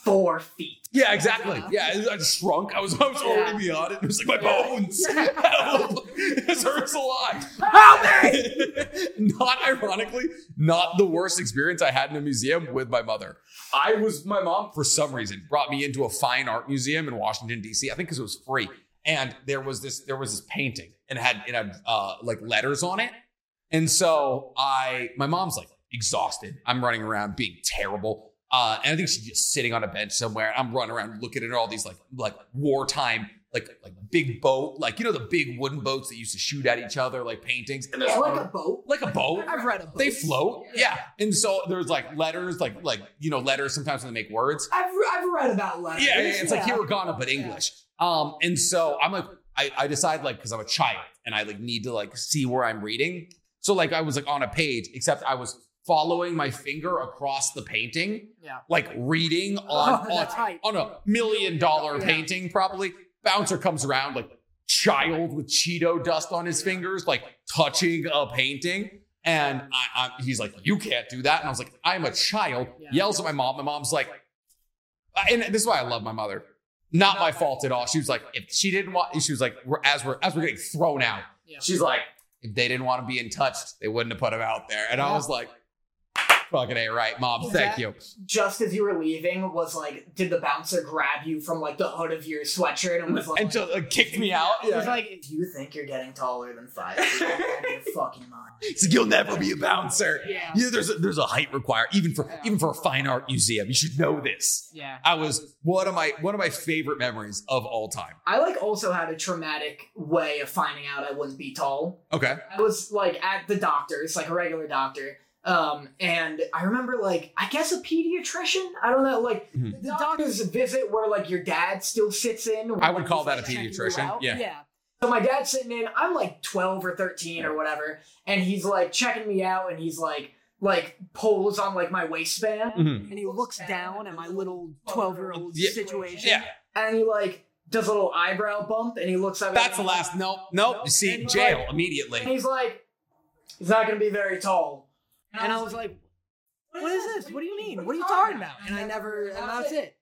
four feet.
yeah, exactly. Yeah, I just shrunk. I was, I was already beyond it. It was like my bones. Help! this hurts a lot. not ironically, not the worst experience I had in a museum with my mother. I was my mom for some reason brought me into a fine art museum in Washington D.C. I think because it was free, and there was this there was this painting and it had it had uh, like letters on it, and so I my mom's like exhausted. I'm running around being terrible. Uh, and I think she's just sitting on a bench somewhere. and I'm running around looking at all these like like wartime like like big boat like you know the big wooden boats that used to shoot at each other like paintings and there's
Yeah, like a boat.
like a boat.
I've read a book.
They float. Yeah. And so there's like letters, like like you know, letters sometimes when they make words.
I've, I've read about letters.
Yeah, yeah, yeah. it's like
Yeah.
hiragana but English. Um, and so I'm like, I, I decide like because I'm a child and I like need to like see where I'm reading. So like I was like on a page, except I was following my finger across the painting,
Yeah.
like reading on
Oh,
on,
that's hype.
on a million dollar
Yeah.
painting probably. Bouncer comes around like child with Cheeto dust on his fingers, like touching a painting. And I, I, he's like, "You can't do that." And I was like, "I'm a child."
Yeah.
Yells at my mom. My mom's like, and this is why I love my mother. Not my fault at all. She was like, if she didn't want, she was like, we're, as we're as we're getting thrown out,
Yeah.
she's like, if they didn't want to be in touch, they wouldn't have put him out there. And I was like, fucking a right, mom. Thank you.
Just as you were leaving, was like, did the bouncer grab you from like the hood of your sweatshirt and was like,
And just like, kicked me out.
It was like
If you think you're getting taller than five feet, out of your fucking mind.
It's like, you'll never be a bouncer.
yeah.
Yeah, there's a, there's a height require even for even for a fine art museum. You should know this.
Yeah.
I was one of my one of my favorite memories of all time.
I like also had a traumatic way of finding out I wouldn't be tall.
Okay.
I was like at the doctor's, like a regular doctor. Um, and I remember like I guess a pediatrician. I don't know, like
Mhm.
the doctor's visit where like your dad still sits in.
I would call
He's,
that a
like,
Checking you
pediatrician.
out.
Yeah.
Yeah.
So my dad's sitting in, I'm like 12 or 13 or whatever, and he's like checking me out and he's like like pulls on like my waistband
Mhm.
And he looks down at my little 12 year old
Yeah.
situation.
Yeah.
and he like does a little eyebrow bump and he looks at me.
That's the last. Nope. Nope. You see,
And
jail
like-
immediately.
And he's like, he's not gonna be very tall.
And I was like, what is this? What do you mean? What are you talking about? And I never, and that's it.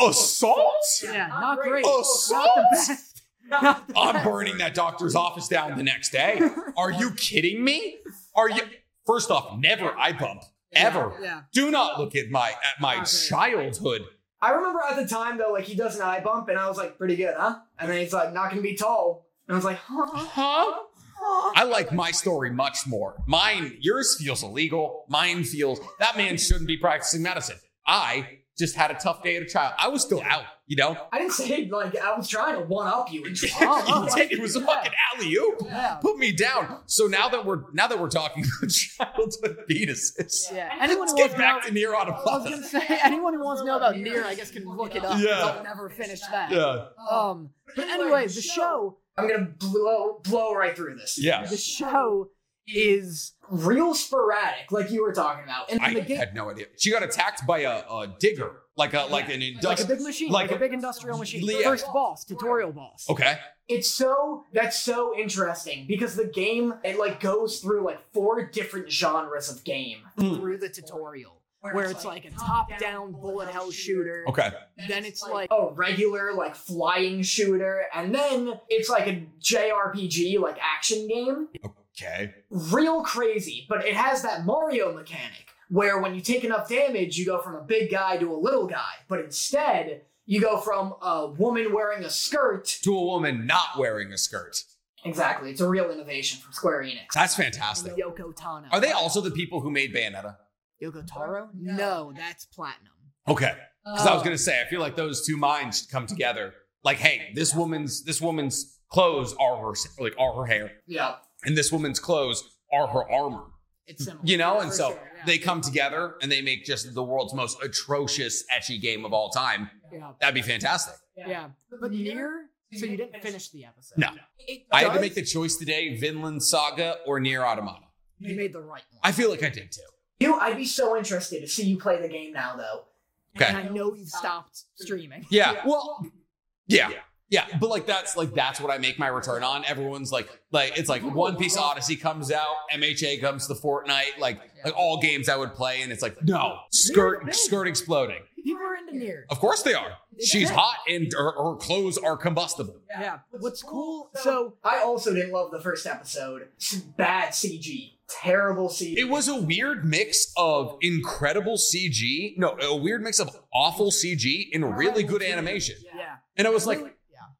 Assault?
Yeah, not great.
Oh, Assault?
Not the best. Not the
I'm
best.
burning that doctor's office down the next day. Are you kidding me? Are you? First off, never eye bump ever.
Yeah.
Do not look at my at my childhood.
I remember at the time though, like he does an eye bump, and I was like, pretty good, huh? And then he's like, not gonna be tall. And I was like, huh?
Huh? I like my story much more. Mine, yours feels illegal. Mine feels that man shouldn't be practicing medicine. I just had a tough day at a child. I was still out, you know.
I didn't say like I was trying to one up you.
oh,
You did. It was a fucking alley oop.
Yeah.
put me down. So now that we're now that we're talking about childhood fetuses,
Yeah. Anyone who
let's
wants
get
to know,
back to near
I was gonna
autoplata.
say anyone who wants to know about Near, I guess can look it up. 'cause
Yeah.
I'll never finish that.
Yeah,
Um. But anyway, the show,
I'm gonna blow blow right through this.
yeah.
the show is
real sporadic, like you were talking about. And
I
the ga-
had no idea. She got attacked by a, a digger, like a like an
like a
industrial.
big machine, like,
like
a big industrial machine.
Yeah.
First boss, tutorial boss.
okay,
it's so that's so interesting because the game it like goes through like four different genres of game.
Through the tutorial, where it's like a top-down bullet hell shooter.
okay.
Then it's like
a regular like flying shooter and then it's like a JRPG like action game.
Okay.
Real crazy, but it has that Mario mechanic where when you take enough damage you go from a big guy to a little guy, but instead you go from a woman wearing a skirt.
To a woman not wearing a skirt.
Exactly. It's a real innovation from Square Enix.
That's fantastic.
Yoko Tano.
Are they also the people who made Bayonetta?
Yoko Taro? No, that's platinum.
Okay. Because
Uh,
I was gonna say, I feel like those two minds come together. Like, hey, this woman's this woman's clothes are her like are her hair,
Yeah.
and this woman's clothes are her armor.
It's similar.
You know, and
For
so
sure, yeah.
they come together and they make just the world's most atrocious etchy game of all time.
Yeah.
That'd be fantastic.
Yeah. But near, so you didn't finish the episode.
No.
It
I had to
does-
make the choice today: Vinland Saga or Near Automata.
You made the right one.
I feel like I did too.
You, I'd be so interested to see you play the game now, though.
and
Okay.
I know you've stopped streaming.
Yeah. Well. Yeah. Yeah, but like that's like that's what I make my return on. Everyone's like, like it's like One Piece Odyssey comes out, MHA comes to Fortnite, like like all games I would play, and it's like no skirt skirt exploding.
People are into near.
Of course they are. She's hot and her, her clothes are combustible.
Yeah. What's cool? So
I also didn't love the first episode. It's bad CG, terrible CG.
It was a weird mix of incredible CG, no, a weird mix of awful CG and really good animation.
yeah,
And I was like,
yeah,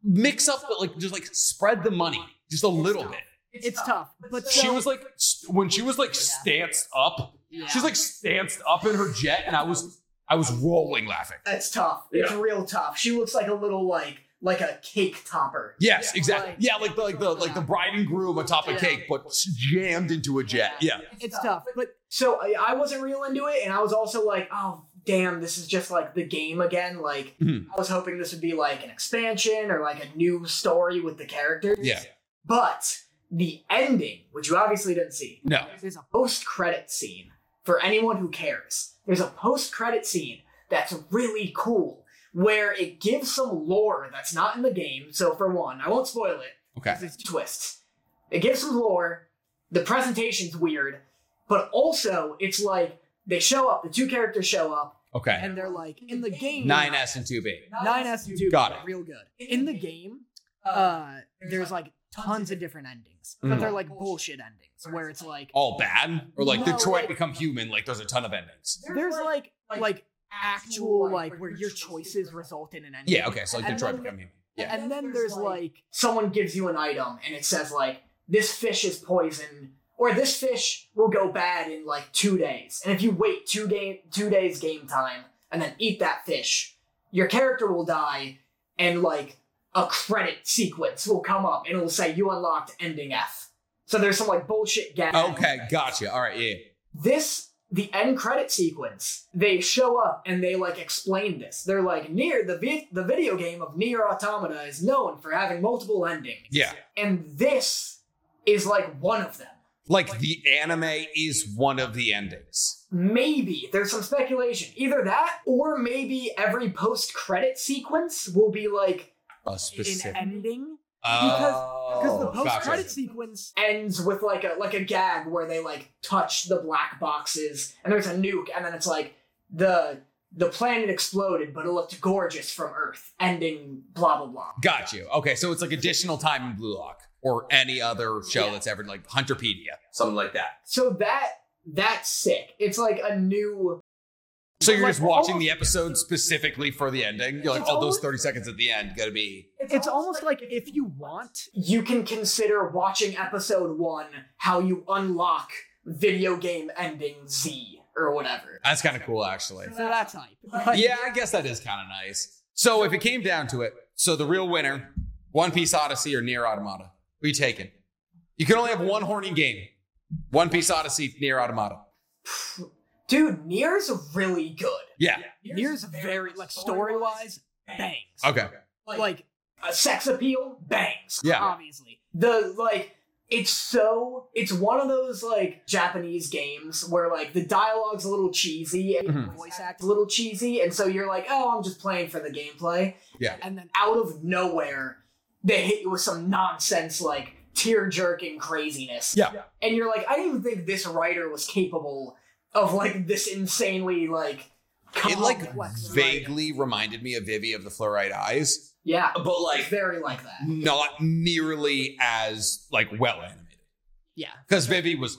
mix up, but like just like spread the money just a little bit.
it's tough. But
She
so-
was like st- when she was like stanced up.
Yeah.
She's like stanced up in her jet, and I was I was rolling laughing.
Uh,
That's tough. It's real tough. She looks like a little like like a cake topper.
Yes,
Yeah.
exactly.
Like-
Yeah, like the like the like the bride and groom atop a
Yeah.
cake, but jammed into a jet. Yeah.
it's tough. But
So I, I wasn't real into it, and I was also like, oh damn, this is just like the game again. Like
Mhm.
I was hoping this would be like an expansion or like a new story with the characters.
Yeah.
But the ending, which you obviously didn't see,
No.
there's a
post credit scene for anyone who cares. There's a post credit scene that's really cool where it gives some lore that's not in the game. So for one, I won't spoil it.
Okay.
It's twists. It gives some lore. The presentation's weird, but also it's like they show up. The two characters show up.
Okay.
and they're like in the game
9S and 2B.
nine S and two
Got
are
it.
real good in the game. Uh, there's like tons of different endings,
Mm.
but they're like bullshit endings where it's like
All bad? Or like
No,
Detroit
like-
become human, like there's a ton of endings.
there's like like actual like where your choices result in an ending.
Yeah, okay. So like
And
Detroit
then-
become human. Yeah.
And then there's like
Someone gives you an item and it says like this fish is poison or this fish will go bad in like two days. And if you wait two game two days game time and then eat that fish, your character will die and like a credit sequence will come up and it'll say you unlocked ending F. So there's some like bullshit gag.
Okay, gotcha. All right, yeah.
this the end credit sequence they show up and they like explain this they're like near the vi- the video game of near automata is known for having multiple endings
Yeah.
and this is like one of them
Like the anime is one of the endings.
maybe there's some speculation either that or maybe every post credit sequence will be like
A
an
specific.
ending because
Because
the post credit
gotcha.
sequence
ends with like a like a gag where they like touch the black boxes and there's a nuke and then it's like the the planet exploded but it looked gorgeous from earth ending blah blah blah
Got you. Okay, so it's like additional time in Blue Lock or any other show
Yeah.
that's ever like Hunterpedia, something like that.
so that that's sick it's like a new
So you're
Like,
just watching
almost-
the episode specifically for the ending. You're like,
It's
oh, those
almost-
30 seconds at the end gotta be.
it's almost like if you want
you can consider watching episode 1 how you unlock video game ending z or whatever
That's kind of cool, actually.
so that's hype Like,
Yeah, I guess that is kind of nice. So if it came down to it, so the real winner, One Piece Odyssey or Near Automata, we taking. You can only have one horny game. One Piece Odyssey, Near Automata.
dude near's really good
Yeah.
Nier's very like story wise bangs
Okay.
like
uh, sex appeal bangs
Yeah.
Um, obviously
the like it's so it's one of those like Japanese games where like the dialogue's a little cheesy and
Hmm. Mm.
Mhm.
voice act's a little cheesy, and so you're like, oh, I'm just playing for the gameplay.
Yeah.
And then out of nowhere, they hit you with some nonsense like tear jerking craziness.
Yeah.
Yeah.
And you're like, I didn't even think this writer was capable of like this insanely like
It like
complex writing.
vaguely reminded me of Vivi of the Fluorite Eyes,
Yeah.
but
Like
like
very like that.
not nearly as like well animated.
Yeah,
Because Vivi was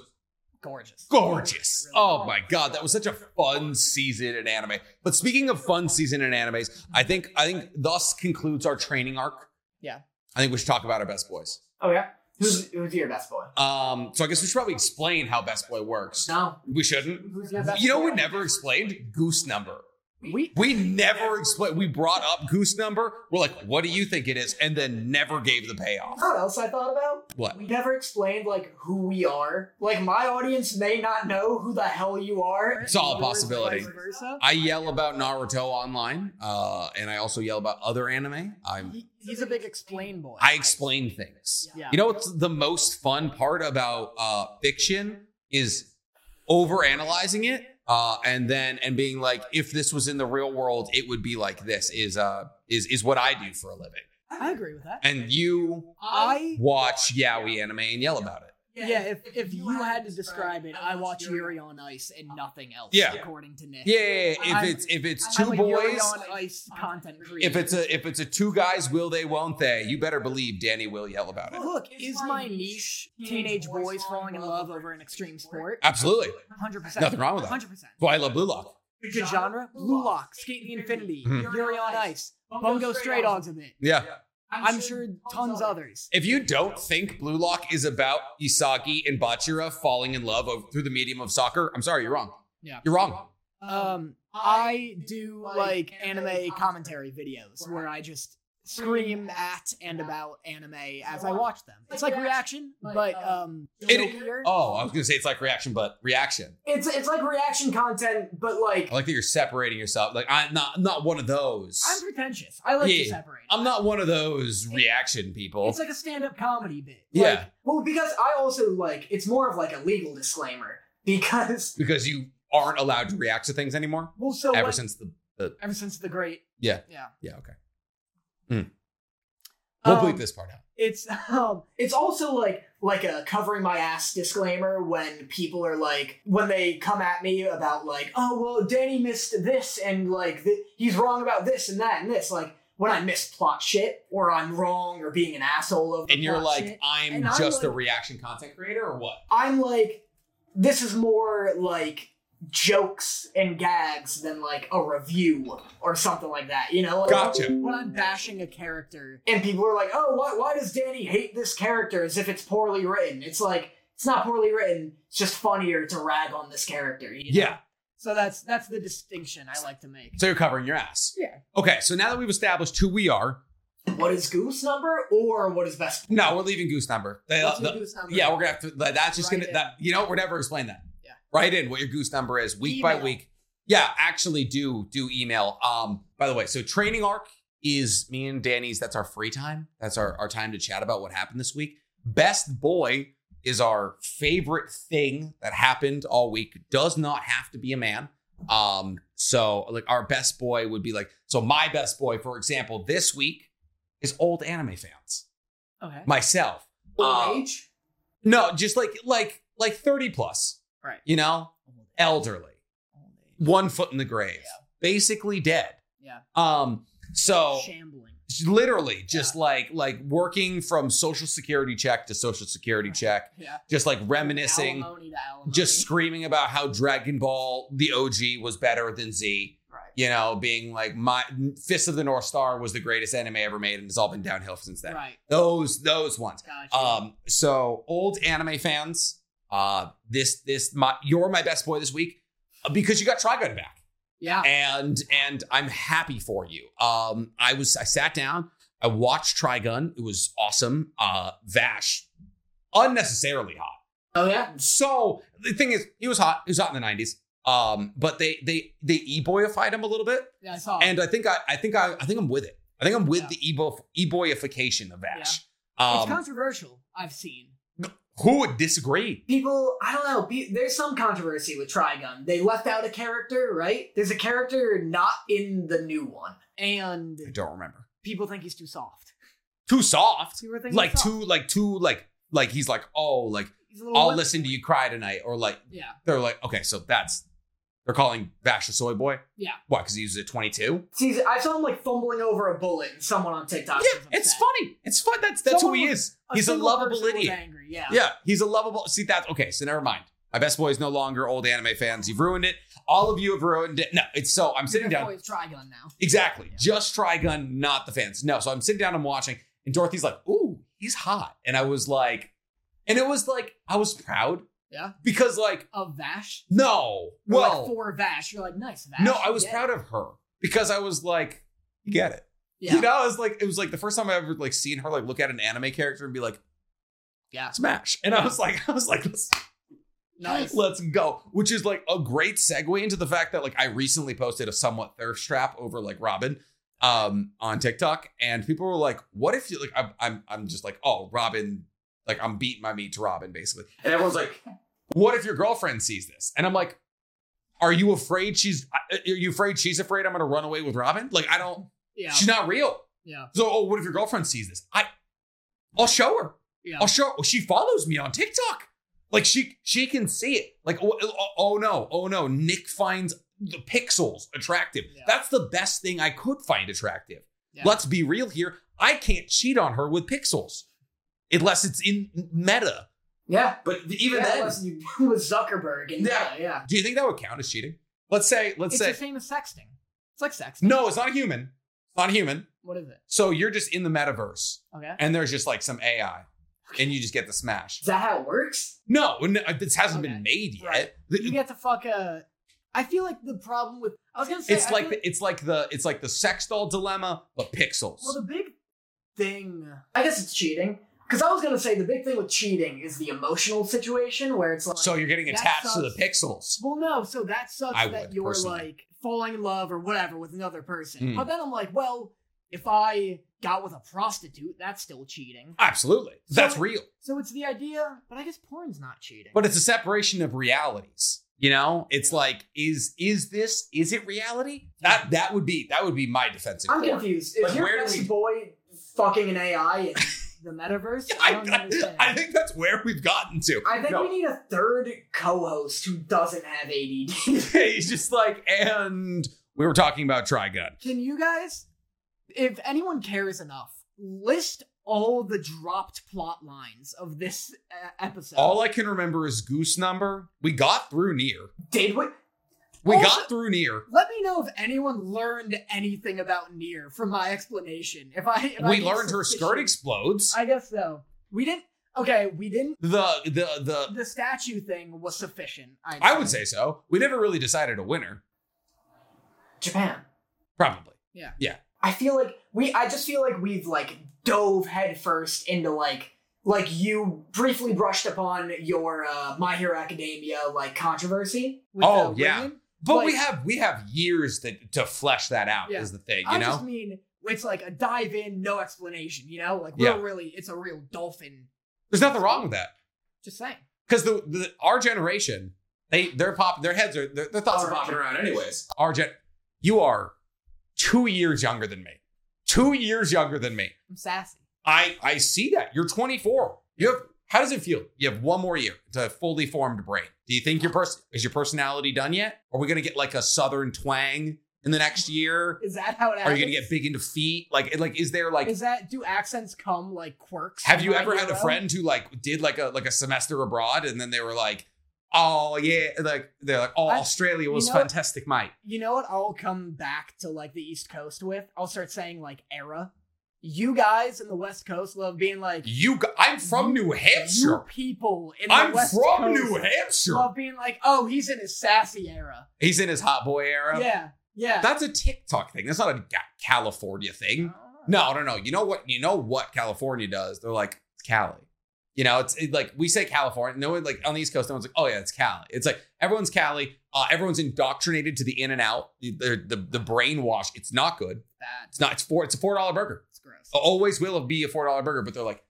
gorgeous.
gorgeous. Oh my god, that was such a fun season in anime. But speaking of fun season in animes, I
Mm-hmm.
think I think thus concludes our training arc.
Yeah.
I think we should talk about our best boys.
Oh yeah. Who's who's your best boy?
Um, so I guess we should probably explain how best boy works.
No.
We shouldn't.
Who's your best
You know,
boy?
we never explained goose number.
We
We never explained. We brought up goose number. We're like, what do you think it is? And then never gave the
You
payoff.
know what else I thought about?
What?
We never explained like who we are. Like my audience may not know who the hell you are.
It's all a possibility.
Vice versa.
I yell about Naruto online, uh, and I also yell about other anime. I'm
He- he's a big explain boy.
I explain things.
Yeah.
You know what's the most fun part about uh, fiction is overanalyzing it uh, and then and being like, if this was in the real world, it would be like this. Is uh is is what I do for a living.
I agree with that.
And you
I
watch yaoi anime and yell about it.
yeah. If if you had to describe Oh. it, I watch Yuri on Ice and nothing else.
Yeah.
according to Nick.
Yeah, yeah, yeah.
I'm-
if it's if it's
I'm
two
a Yuri
boys,
on Ice content creator.
if it's a if it's a two guys, will they, won't they? You better believe Danny will yell about it.
look, is my niche teenage boys falling in love over an extreme sport?
Absolutely.
Hundred percent.
Nothing wrong with that.
Hundred percent.
Well, I love Blue Lock.
Good genre. Blue Lock, Skate the Infinity,
Mhm.
Yuri on Ice, Bungo Stray Dogs a bit.
Yeah.
I'm sure tons others.
If you don't think Blue Lock is about Isagi and Bachira falling in love over, through the medium of soccer, I'm sorry, you're wrong.
Yeah.
You're wrong.
Um, I do like anime commentary videos where I just scream at and about anime as I watch them. It's like reaction, but um,
It-
sillier.
Oh, I was going to say it's like reaction, but reaction.
It's it's like reaction content, but like
I like that you're separating yourself. Like, I'm not, I'm not one of those.
I'm pretentious. I like to
Yeah.
separate.
I'm not one of those reaction people.
It's like a stand-up comedy bit.
Yeah.
Like,
well because I also like it's more of like a legal disclaimer because
Because you aren't allowed to react to things anymore
well, so
ever
when-
since the.
ever since the great.
Yeah.
Yeah.
Yeah, okay. Mm. We'll
Um,
bleep this part out.
It's um,
it's also like like a covering my ass disclaimer when people are like when they come at me about like oh well Danny missed this and like th- he's wrong about this and that and this like when I misplot shit or I'm wrong or being an asshole over
And you're
plot
like,
shit.
I'm
And I'm
just a
like-
reaction content creator or what?
I'm like, this is more like jokes and gags than like a review or something like that, you know? Like,
Gotcha.
when I'm bashing a character.
And people are like, oh, why, why does Danny hate this character as if it's poorly written? It's like, it's not poorly written, it's just funnier to rag on this character. you know?
Yeah.
So that's that's the distinction I like to make.
So you're covering your ass.
Yeah.
Okay, so now that we've established who we are,
What is Goose number or what is best?
no, we're leaving Goose Number. They- uh,
Let's
the-
do this number.
yeah, we're gonna have to. that- That's just
Write
gonna.
in.
That, you know, we're never explain that.
Yeah.
Write in what your Goose Number is week by
Email.
week. Yeah, actually, do do email. Um, by the way, so training arc is me and Danny's. That's our free time. That's our our time to chat about what happened this week. Best boy is our favorite thing that happened all week. Does not have to be a man. Um, so like our best boy would be like, so my best boy, for example, this week is old anime fans.
Okay.
Myself.
Old
Um,
age?
No, just like like like 30 plus.
Right.
You know? Elderly. One foot in the grave.
Yeah.
Basically dead.
Yeah.
Um,
Oh.
so
Shambling.
literally just like like working from social security check to social security check,
Yeah.
just like reminiscing
Alimony to alimony.
just screaming about how Dragon Ball the OG was better than Z.
Right.
You know, being like my Fist of the North Star was the greatest anime ever made, and it's all been downhill since then.
Right.
Those those ones.
Gotcha.
Um, so old anime fans, uh, this this my you're my best boy this week uh, because you got Trigun back
yeah.
and and I'm happy for you. Um, I was I sat down, I watched Trigun. It was awesome. Uh, Vash, unnecessarily hot
Oh, yeah.
so the thing is, he was hot. He was hot in the nineties. Um, but they they they e-boyified him a little bit,
Yeah, I saw.
and I think I I think I I think I'm with it. I think I'm with
Yeah.
the e-boy e-boyification of Ash.
it's
Um,
controversial. I've seen.
Who would disagree?
People, I don't know. Pe- there's some controversy with Trigun. They left out a character, right? There's a character not in the new one.
and
I don't remember.
people think he's too soft.
Too soft.
People think he's
Like
soft.
too like too like like he's like, "Oh, like
He's a little
I'll
limp.
listen to you cry tonight," or like
Yeah,
they're like, "Okay, so that's they're calling Bash a soy boy."
Yeah.
Why? Because he was at 22.
See, I saw him like fumbling over a bullet and someone on TikTok.
Yeah,
upset.
it's funny. It's fun. That's that's
Someone
who he
was-
is. He's a
single
lovable
person was
idiot.
Angry. Yeah.
Yeah, he's a lovable. See that? Okay, so never mind. My best boy is no longer old anime fans. You've ruined it. All of you have ruined it. No, it's so I'm sitting down.
Always Trigun now.
Exactly.
Yeah.
Just Trigun, not the fans. No, so I'm sitting down, I'm watching, and Dorothy's like, ooh, he's hot. And I was like, and it was like, I was proud.
Yeah.
Because, like,
Of Vash.
no.
You're
Well,
like for Vash, you're like nice Vash.
no, I was
Yeah.
proud of her because I was like, you get it.
Yeah.
You know, I was like, it was like the first time I ever like seen her like look at an anime character and be like,
Yeah.
smash. And I was like, I was like, let's,
Nice.
let's go. Which is like a great segue into the fact that like I recently posted a somewhat thirst trap over like Robin um on TikTok and people were like, what if you like I'm I'm I'm just like, oh Robin, like I'm beating my meat to Robin basically. And everyone's like, what if your girlfriend sees this? And I'm like, are you afraid she's uh, are you afraid she's afraid I'm gonna run away with Robin? Like I don't
Yeah.
she's not real.
Yeah.
So, oh, what if your girlfriend sees this? I, I'll show her.
Yeah.
I'll show. She follows me on TikTok. Like she, she can see it. Like, oh, oh, oh no, oh no. Nick finds the pixels attractive.
Yeah.
That's the best thing I could find attractive.
Yeah.
Let's be real here. I can't cheat on her with pixels, unless it's in meta.
Yeah.
But even
yeah,
then,
unless you with Zuckerberg and
Yeah.
yeah, yeah.
do you think that would count as cheating? Let's say, let's
it's
say,
the same as sexting. It's like sexting.
no, it's not human. It's not human.
What is it?
So you're just in the metaverse,
Okay.
and there's just like some AI, and you just get the smash.
Is that how it works?
No, no this hasn't
Okay.
been made yet.
Right.
The-
You get to fuck a. I feel like the problem with I was gonna say
it's
I
like
feel
the, it's like the it's like the sex doll dilemma, but pixels.
well the big thing.
I guess it's cheating. Because I was gonna say the big thing with cheating is the emotional situation where it's like
so you're getting
that
attached to the
sucks.
pixels.
Well, no, so that sucks
I
that
would,
you're
personally.
like falling in love or whatever with another person.
Mm.
But then I'm like, well, if I got with a prostitute, that's still cheating.
Absolutely,
So
that's
it-
real,
So it's the idea, but I guess porn's not cheating.
but it's a separation of realities. You know, it's
Yeah.
like is is this is it reality? That that would be that would be my defensive.
I'm
core.
confused. Is
Like,
your
where do
best
we-
boy fucking an AI? And
the metaverse. I
I,
don't
I,
understand.
I think that's where we've gotten to.
I think
No.
we need a third co-host who doesn't have ADD.
It's just like, and we were talking about Trigun.
Can you guys, if anyone cares enough, list all the dropped plot lines of this uh, episode?
All I can remember is Goose Number. We got through near.
Did we?
We
Also-
got through near.
Let me know if anyone learned anything about Nier from my explanation. If I if I
we
gave
learned her skirt
sufficient-
explodes.
I guess so. We didn't. Okay, we didn't.
the the the
The statue thing was sufficient. I'd
I would say so. We never really decided a winner,
Japan.
probably.
I feel like we. I just feel like we've like dove headfirst into like like you briefly brushed upon your uh, My Hero Academia like controversy.
With
Oh,
the
yeah.
women.
But we
Like-
have we have years that to flesh that out
Yeah.
is the thing,
I
you know.
just mean it's like a dive in, no explanation. You know, like we're
Yeah.
really, it's a real dolphin.
There's nothing wrong with that
Just saying.
because the, the our generation they they're pop their heads are their, their thoughts are
Our
popping around
generation.
anyways. Our gen, you are two years younger than me. Two years younger than me.
I'm sassy.
I I see that you're 24. You have how does it feel? You have one more year to a fully formed brain. Do you think your person is your personality done yet? Are we gonna get like a southern twang in the next year?
Is that how it?
Are
happens?
you gonna get big into feet? Like like is there like
Is that do accents come like quirks?
have
in
you
My
ever had a
Hero?
friend who like did like a like a semester abroad and then they were like, oh yeah, like they're like oh
I-
Australia
you
was
know-
fantastic, mate.
You know what? I'll come back to like the East Coast with. I'll start saying like era. You guys in the West Coast love being like
You go- I'm from
You-
New
you
Hampshire.
people in the
I'm
West
from
Coast
New Hampshire.
love being like, oh, he's in his sassy era.
He's in his hot boy era.
Yeah, yeah.
That's a TikTok thing. That's not a Ga- California thing. No,
no.
no, no. You know what? You know what California does? They're like it's Cali. You know, it's it, like we say California. No one like on the East Coast. No one's like, oh yeah, it's Cali. It's like everyone's Cali. Uh, everyone's indoctrinated to the In and Out, the, the the the brainwash. It's not good.
That's
It's not. It's four. It's a four dollar burger.
gross.
Always will be a four dollar burger. But they're like,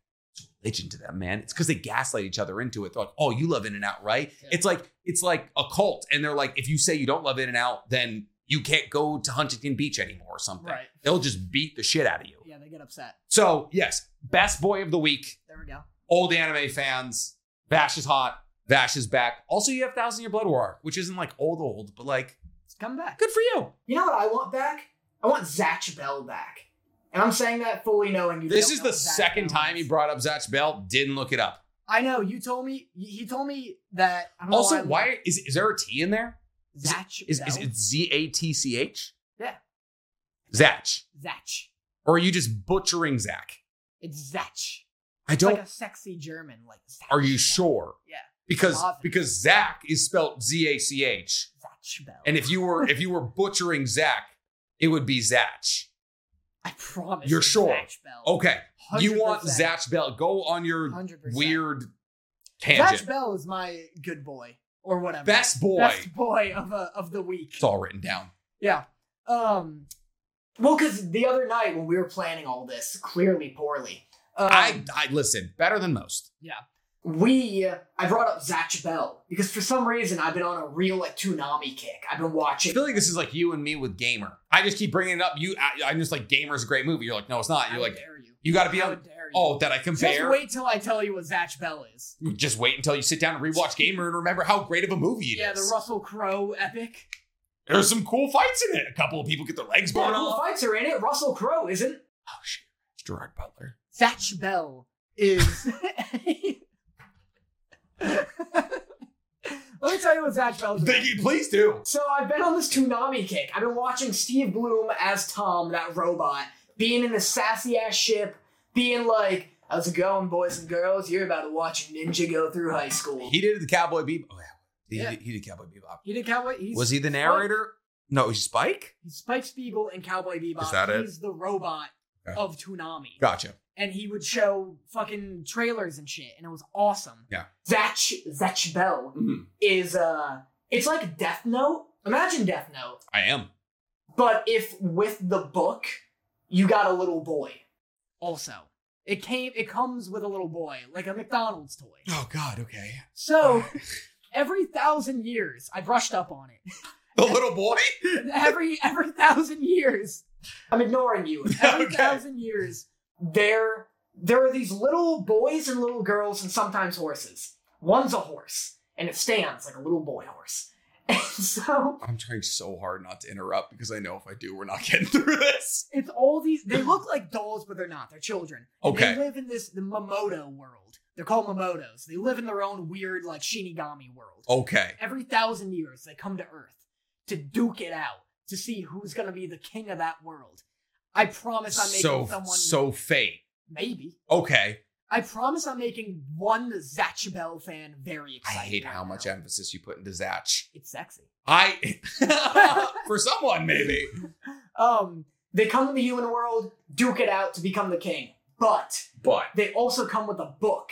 religion to them, man. It's because they gaslight each other into it. They're like, oh, you love In and Out, right? It's like it's like a cult, and they're like, if you say you don't love In and Out, then you can't go to Huntington Beach anymore or something.
Right.
They'll just beat the shit out of you.
Yeah, they get upset.
So yes, best boy of the week,
There we go.
old anime fans. Vash is hot. Vash is back. Also, you have Thousand Year Blood War, arc, which isn't like old old, but like
Come back.
good for you.
You know what I want back? I want Zach Bell back. And I'm saying that fully knowing you.
This
don't
is
know
the
what Zach
second
Bell
time he
is.
brought up Zach Bell. Didn't look it up.
I know. You told me. He told me that. I don't know
Also,
I-
why is is there a T in there?
Zatch?
Is
Bell?
is it Z A T C H?
Yeah.
Zach.
Zatch?
Or are you just butchering Zach?
It's Zatch.
I
It's
don't.
like a sexy German. Like. Zatch.
are you sure?
Yeah.
Because
Love it.
because Zach is spelled Z A C H,
Zatch Bell.
and if you were if you were butchering Zach, it would be Zach.
I promise.
You're
it's
sure?
Zatch Bell.
Okay. You want
100%.
Zach Bell? Go on your
100%.
weird tangent.
Zatch Bell is my good boy or whatever.
Best boy.
Best boy of a, of the week.
It's all written down.
Yeah. Um.
Well, because the other night when we were planning all this, clearly poorly,
um,
I I listen better than most.
we I brought up Zach Bell because for some reason I've been on a real like Toonami kick. I've been
I
watching.
feel like this is like you and me with Gamer. I just keep bringing it up. You, I, I'm just like Gamer's a great movie. You're like, no, it's not.
how
You're like,
dare you?
you got to be
How
on.
dare you?
Oh, that I
Just
compare.
wait till I tell you what Zatch Bell is.
Just wait until you sit down and rewatch Gamer and remember how great of a movie it is.
yeah, the Russell Crowe epic.
There's some cool fights in it. A couple of people get their legs
Yeah,
blown
who
off.
fights are in it? Russell Crowe isn't.
Oh shit, it's Gerard Butler.
Zatch Bell is. Let me tell you what Zatch Bell is. about.
Thank you. Please do.
So I've been on this Toonami kick. I've been watching Steve Bloom as Tom, that robot, being in this sassy ass ship, being like, "How's it going, boys and girls? You're about to watch a ninja go through high school."
He did the Cowboy Bebop. Oh, yeah. He,
Yeah.
Did, he did Cowboy Bebop.
He did Cowboy. He's,
Was he the narrator? No, he's Spike.
He's Spike Spiegel in Cowboy Bebop.
Is that it?
He's the robot
Okay.
of Toonami.
Gotcha.
And he would show fucking trailers and shit, and it was awesome.
Zach Zach Bell
Mm-hmm.
is uh, it's like Death Note. Imagine Death Note,
I am.
but if with the book, you got a little boy.
Also, it came. It comes with a little boy, like a McDonald's toy.
Oh God. Okay.
So every thousand years, I brushed up on it.
The little boy.
Every every thousand years,
I'm ignoring you.
every
Okay.
thousand years,
there there are these little boys and little girls and sometimes horses. One's a horse and it stands like a little boy horse. And so
I'm trying so hard not to interrupt because I know if I do, we're not getting through this.
it's all these. They look like dolls, but they're not. They're children. And
Okay.
They live in this the Momoto world. They're called Momotos. They live in their own weird like Shinigami world.
Okay.
Every thousand years, they come to Earth to duke it out to see who's gonna be the king of that world. I promise I'm making
So
someone
so fate.
maybe.
Okay.
I promise I'm making one Zatchabel fan very
I
excited.
hate
right
how much
now.
emphasis you put into Zach.
It's sexy.
I for someone maybe.
Um,
they come to the human world, duke it out to become the king. But
But
they also come with a book.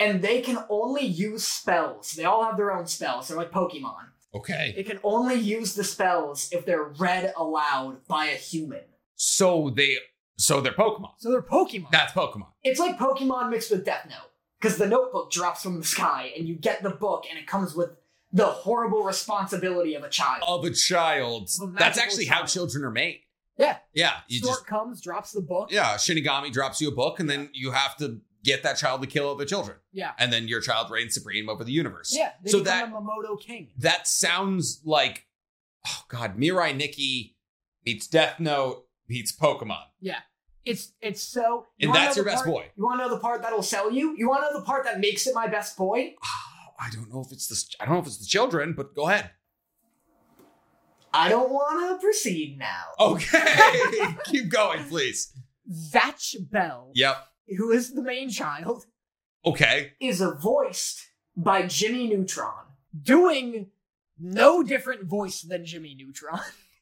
And they can only use spells. They all have their own spells. They're like Pokemon.
okay.
They can only use the spells if they're read aloud by a human.
So they so they're Pokemon.
so they're Pokemon.
That's Pokemon.
It's like Pokemon mixed with Death Note, because the notebook drops from the sky and you get the book and it comes with the horrible responsibility of a child.
Of a child.
Of a
That's
magical
actually how
child.
children are made.
Yeah.
Yeah. You
Stork
just
comes, drops the book.
yeah. Shinigami drops you a book, and then you have to get that child to kill other children,
Yeah.
and then your child reigns supreme over the universe.
Yeah, they
So that-
become the Momoto King.
that sounds like oh god mirai nikki meets death note meets pokemon
It's it's so. you
and
wanna
that's
know
your
the
best
part-
boy
You want to know the part that'll sell you? You want to know the part that makes it my best boy?
Oh, i don't know if it's the i don't know if it's the children but go ahead
I don't want to proceed now.
okay keep going please
Zatch Bell,
yep
who is the main child,
okay
Is a voiced by Jimmy Neutron.
doing no different voice than Jimmy Neutron.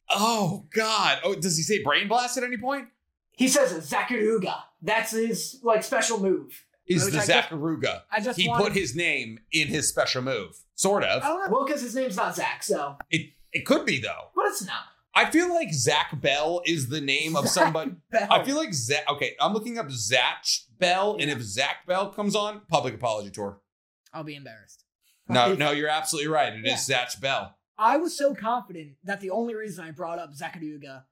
oh god oh does he say brain blast at any point
He says it's Zakaruga. That's his like special move.
is
Which
the
I just-
zakaruga
I just
he
wanted-
put his name in his special move sort of
I don't know.
Well, because his name's not Zach, so
it it could be though
but it's not.
I feel like Zach Bell is the name of somebody. I feel like Zach. Okay, I'm looking up Zach Bell, and if Zach Bell comes on, public apology tour.
I'll be embarrassed.
No, no, you're absolutely right. It is Zach Bell.
I was so confident that the only reason I brought up Zakaruga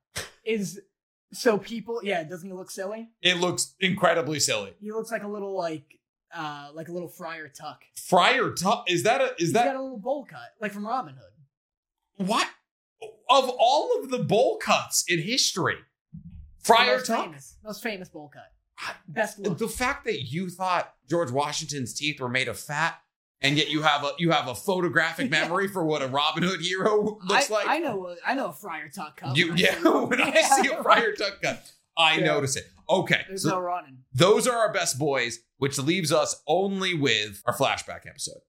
is so people. Yeah, doesn't he look silly?
It looks incredibly silly.
He looks like a little like uh like a little Friar Tuck.
Friar Tuck is that a is
He's
that
got a little bowl cut like from Robin Hood?
what of all of the bowl cuts in history?
The
Friar
most
Tuck.
famous, most famous bowl cut. Best look.
The fact that you thought George Washington's teeth were made of fat, and yet you have a you have a photographic
Yeah.
memory for what a Robin Hood hero looks
I,
like.
I know a, I know a Friar Tuck cut.
You
when I
yeah,
see one.
when I see a
Yeah.
Friar Tuck gun, I
Yeah.
notice it. Okay,
There's
so
no running.
those are our best boys, which leaves us only with our flashback episode.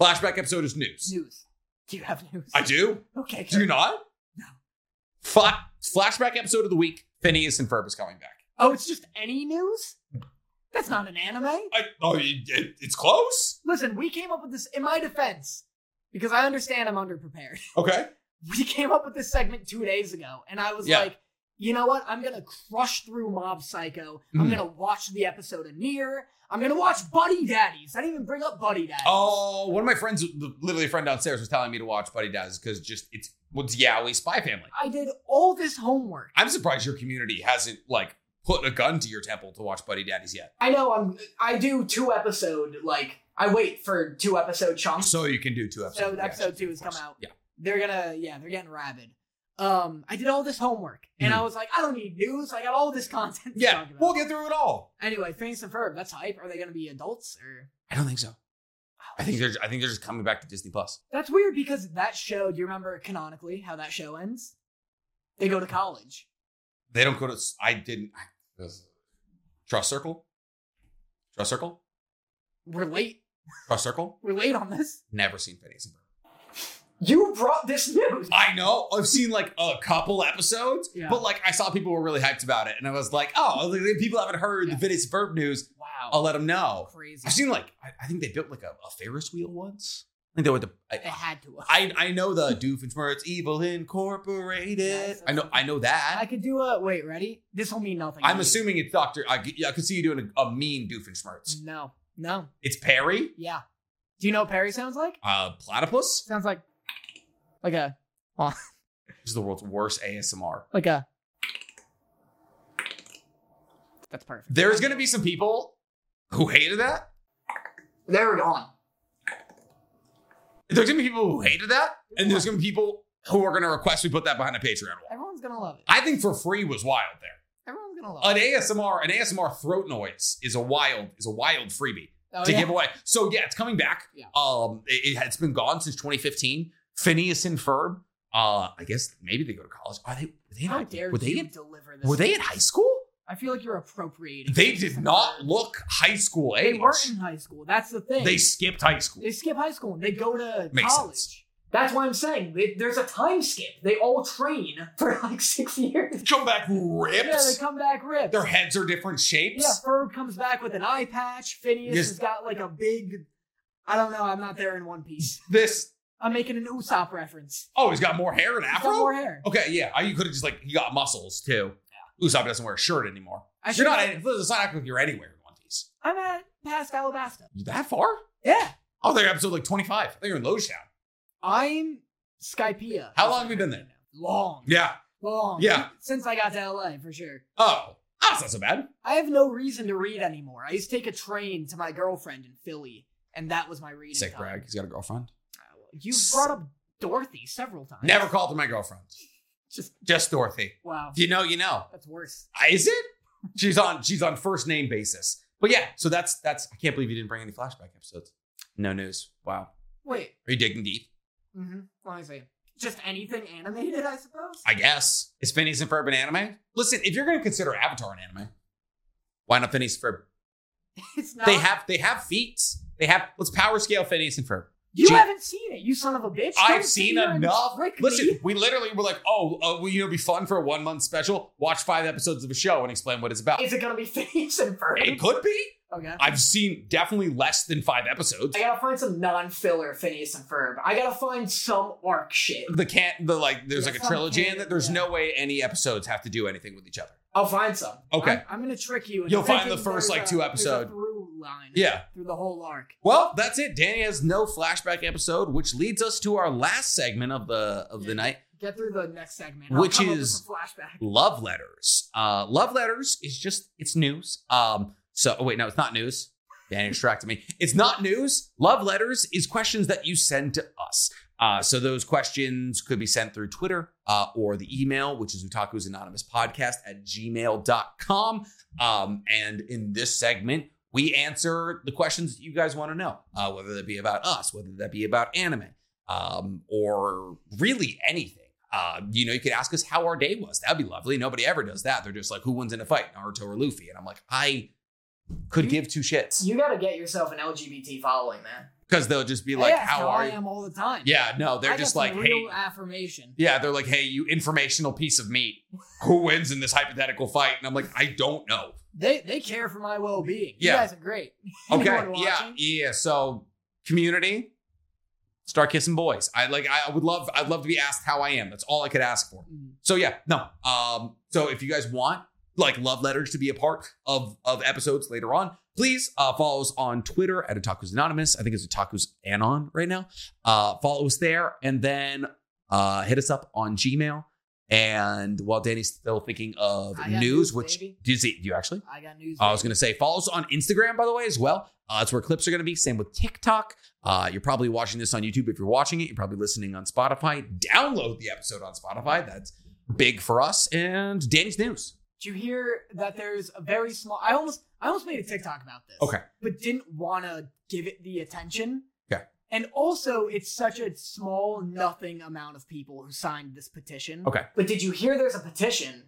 Flashback episode is news.
News. Do you have news?
I do.
Okay.
Do you
good.
not?
No.
Fla- flashback episode of the week. Phineas and Ferb is coming back.
Oh, it's just any news? That's not an anime.
I, oh, it- it- it's close.
Listen, we came up with this in my defense because I understand I'm underprepared.
Okay.
We came up with this segment two days ago, and I was
Yeah.
like, you know what? I'm gonna crush through Mob Psycho. I'm
Mm.
gonna watch the episode of Near. I'm gonna watch Buddy Daddies. I didn't even bring up Buddy Daddies.
Oh, one of my friends, literally a friend downstairs, was telling me to watch Buddy Daddies because just it's well, it's Yowie Spy Family.
I did all this homework.
I'm surprised your community hasn't like put a gun to your temple to watch Buddy Daddies yet.
I know
um,
I'm I do two episode like I wait for two episode chunks.
So you can do two episodes.
So
Yeah.
episode two has come out.
Yeah.
They're gonna yeah, they're getting rabid. Um, I did all this homework and I was like, I don't need news. I got all this content to
Hmm. Yeah,
talk about.
we'll get through it all.
anyway, Phineas and Ferb, that's hype. Are they gonna be adults or
I don't think so. I think they're I think they're just coming back to Disney Plus.
that's weird because that show, do you remember canonically how that show ends? They go to college.
They don't go to I didn't I, Trust Circle? Trust Circle?
We're late.
Trust Circle?
We're late on this.
Never seen Phineas and Ferb.
You brought this news.
I know. I've seen like a couple episodes,
Yeah.
but like I saw people were really hyped about it, and I was like, oh, like, if people haven't heard
Yeah.
the Phineas and Ferb news. I'll
Wow.
let them know.
Crazy.
I've seen like I, I think they built like a, a Ferris wheel once. I think they went to. I,
They had to.
I, I know the Doofenshmirtz Evil Incorporated.
Nice.
I know I know
I
that.
could do a wait. Ready? This will mean nothing.
I'm assuming it's Doctor. I, yeah, I could see you doing a, a mean Doofenshmirtz.
No. No.
It's Perry,
Yeah. Do you know what Perry sounds like?
uh, platypus.
Sounds like like a
This is the world's worst ASMR.
like a. That's perfect.
There's gonna be some people who hated that.
They're gone.
There's gonna be people who hated that, and there's gonna be people who are gonna request we put that behind a Patreon wall.
Everyone's gonna love it.
I think for free was wild there.
Everyone's gonna love
an
it.
ASMR, an ASMR throat noise is a wild, is a wild freebie
Oh,
to
yeah.
give away. So yeah, it's coming back.
Yeah.
Um, it, has been gone since 2015. Phineas and Ferb. Uh, I guess maybe they go to college. Are they? Were they,
How
not,
dare
were they?
you
In,
deliver this?
were they in high school?
I feel like you're appropriating.
They
this
did
from
not
her.
look high school
They
age.
weren't in high school. That's the thing.
They skipped high school.
They skip high school and they go to
Makes
college.
sense.
That's why I'm saying they, there's a time skip. They all train for like six years.
Come back
Yeah, they
rips.
come back ripped.
Their heads are different shapes.
Yeah, Ferb comes back with an eye patch. Phineas
Yes.
has got like a big. I don't know. I'm not there in One Piece.
This.
I'm making an Usopp reference.
Oh, he's got more hair and
He's got
afro.
more hair.
Okay, yeah. I- You could have just like he got muscles too. Usopp doesn't wear a shirt anymore.
I
You're
should-
not. It's not like you're anywhere in One Piece.
I'm at past Alabasta.
You that far?
Yeah.
Oh, they're episode like 25. I think you're in Logetown.
I'm Skypea.
How long have you been there?
Long.
Yeah.
Long.
Yeah.
Since I got to LA, for sure.
Oh, that's not so bad.
I have no reason to read anymore. I used to take a train to my girlfriend in Philly, and that was my reading.
Sick
time.
brag. He's got a girlfriend.
You brought up Dorothy several times.
Never called her my girlfriend.
Just
Just Dorothy.
wow.
If you know, you know.
That's worse.
Ah, Is it? She's on. She's on first name basis. But yeah, so that's that's. I can't believe you didn't bring any flashback episodes. No news. Wow.
Wait.
Are you digging deep?
Mm-hmm. Let me see. Just anything animated, I suppose.
I guess. Is Phineas and Ferb an anime? Listen, if you're going to consider Avatar an anime, why not Phineas and Ferb?
it's not.
They have they have feats. They have. Let's power scale Phineas and Ferb.
You
Gee-
haven't seen it, you son of a bitch. Don't
I've
sit
seen
here and
enough.
trick me.
Listen, we literally were like, oh, uh, will you know, it'd be fun for a one month special? Watch five episodes of a show and explain what it's about.
Is it gonna be Phineas and Ferb?
it could be.
Okay.
I've seen definitely less than five episodes.
I gotta find some non-filler Phineas and Ferb. I gotta find some arc shit.
The can't the like there's
Yeah,
like a
some
trilogy in
canon,
it. There's
yeah.
no way any episodes have to do anything with each other.
I'll find some.
Okay.
I'm, I'm gonna trick you. into
You'll find
thinking
the first,
there's
like,
a-
two
there's a
episode.
through line.
Yeah.
Through the whole arc.
Well, that's it. Danny has no flashback episode, which leads us to our last segment of the of the
Yeah.
night,
Get through the next segment. I'll
Which
come up with
is-
some flashback.
love letters. Uh, love letters is just it's news. Um, so oh, wait, no, it's not news. Danny distracted me. It's not news. Love letters is questions that you send to us. Uh, so those questions could be sent through Twitter uh, or the email, which is Utaku's Anonymous Podcast at gmail.com. Um, and in this segment, we answer the questions that you guys want to know, uh, whether that be about us, whether that be about anime, um, or really anything. Uh, you know, you could ask us how our day was. That'd be lovely. Nobody ever does that. They're just like, who wins in a fight, Naruto or Luffy? And I'm like, I could give two shits
You gotta get yourself an LGBT following, man.
because they'll just be like,
yeah,
how are
I
you?
am all the time.
Yeah, no,
I
they're
got
just
some
like, hey,
real affirmation.
yeah, they're like, hey, you informational piece of meat. Who wins in this hypothetical fight? And I'm like, I don't know.
They they care for my well being.
Yeah.
You guys are great.
Okay.
Anyone
Yeah.
watching?
Yeah. So community, start kissing boys. I like I would love I'd love to be asked how I am. That's all I could ask for.
Mm.
So yeah, no. Um, so if you guys want like love letters to be a part of of episodes later on, please uh follow us on Twitter at Otaku's Anonymous. I think it's Otaku's Anon right now. Uh follow us there and then uh hit us up on Gmail. And while Danny's still thinking of
I
news,
got news,
which
baby.
do you see do you actually?
I got news.
I was going to say, follow us on Instagram, by the way, as well. Uh, that's where clips are going to be. Same with TikTok. Uh, you're probably watching this on YouTube. If you're watching it, you're probably listening on Spotify. Download the episode on Spotify. That's big for us. And Danny's news.
Did you hear that there's a very small I almost I almost made a TikTok about this.
Okay.
But didn't wanna give it the attention.
Okay.
And also it's such a small nothing amount of people who signed this petition.
Okay.
But did you hear there's a petition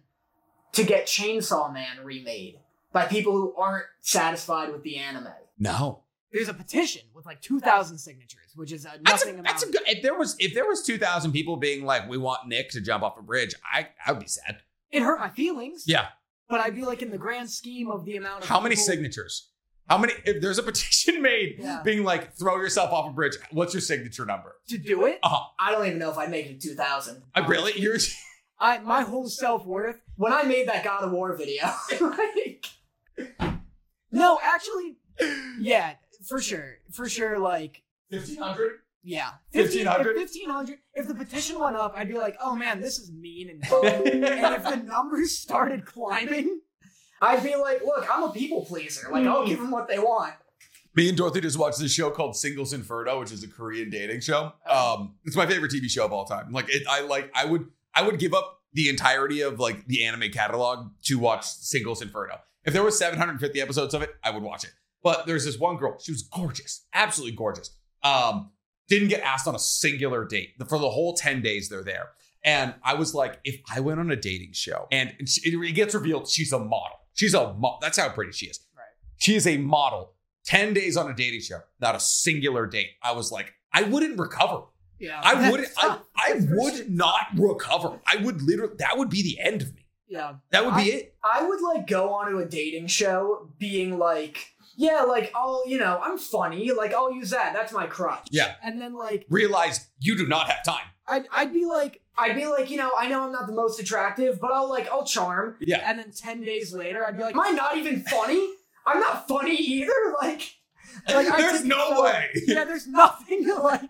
to get Chainsaw Man remade by people who aren't satisfied with the anime?
No,
There's a petition with like two thousand signatures, which is a nothing
that's a,
amount
that's a good. If there was if there was two thousand people being like, we want Nick to jump off a bridge, I I would be sad.
it hurt my feelings.
Yeah.
But I'd be like in the grand scheme of the amount of
How many
people-
signatures? How many? If there's a petition made
Yeah.
being like, throw yourself off a bridge, what's your signature number?
to do it?
I don't even know if I'd make it to 2000.
I really? You're
I my whole self worth.
When I made that God of War video, like,
No, actually, yeah, for sure, for sure. Like,
Fifteen hundred.
yeah,
1500?
Fifteen hundred. If the petition went up, I'd be like, oh man, this is mean and.
Oh,
dumb. and
Well,
if the numbers started climbing,
I'd be like, look, I'm a people pleaser. Like,
Hmm.
I'll give them what they want.
Me and Dorothy just watched this show called Singles Inferno, which is a Korean dating show. Um, it's my favorite TV show of all time. Like, it, I like, I would, I would give up the entirety of like the anime catalog to watch Singles Inferno. If there was 750 episodes of it, I would watch it. But there's this one girl. She was gorgeous, absolutely gorgeous. Um, didn't get asked on a singular date for the whole 10 days they're there. And I was like, if I went on a dating show and it it gets revealed she's a model. She's a model. That's how pretty she is.
Right.
She is a model. 10 days on a dating show, not a singular date. I was like, I wouldn't recover.
yeah,
I would I, I would not recover. I would literally that would be the end of me.
yeah,
That would be it.
I would like go onto a dating show being like, yeah, like I'll, you know, I'm funny. Like I'll use that. That's my crutch.
Yeah.
and then like
Realize you do not have time.
I'd I'd be like,
I'd be like, you know, I know I'm not the most attractive, but I'll like, I'll charm.
Yeah.
and then ten days later, I'd be like,
Am I not even funny? I'm not funny either. Like,
like I'd
There's
take
no
so-
way.
Yeah, there's nothing to like.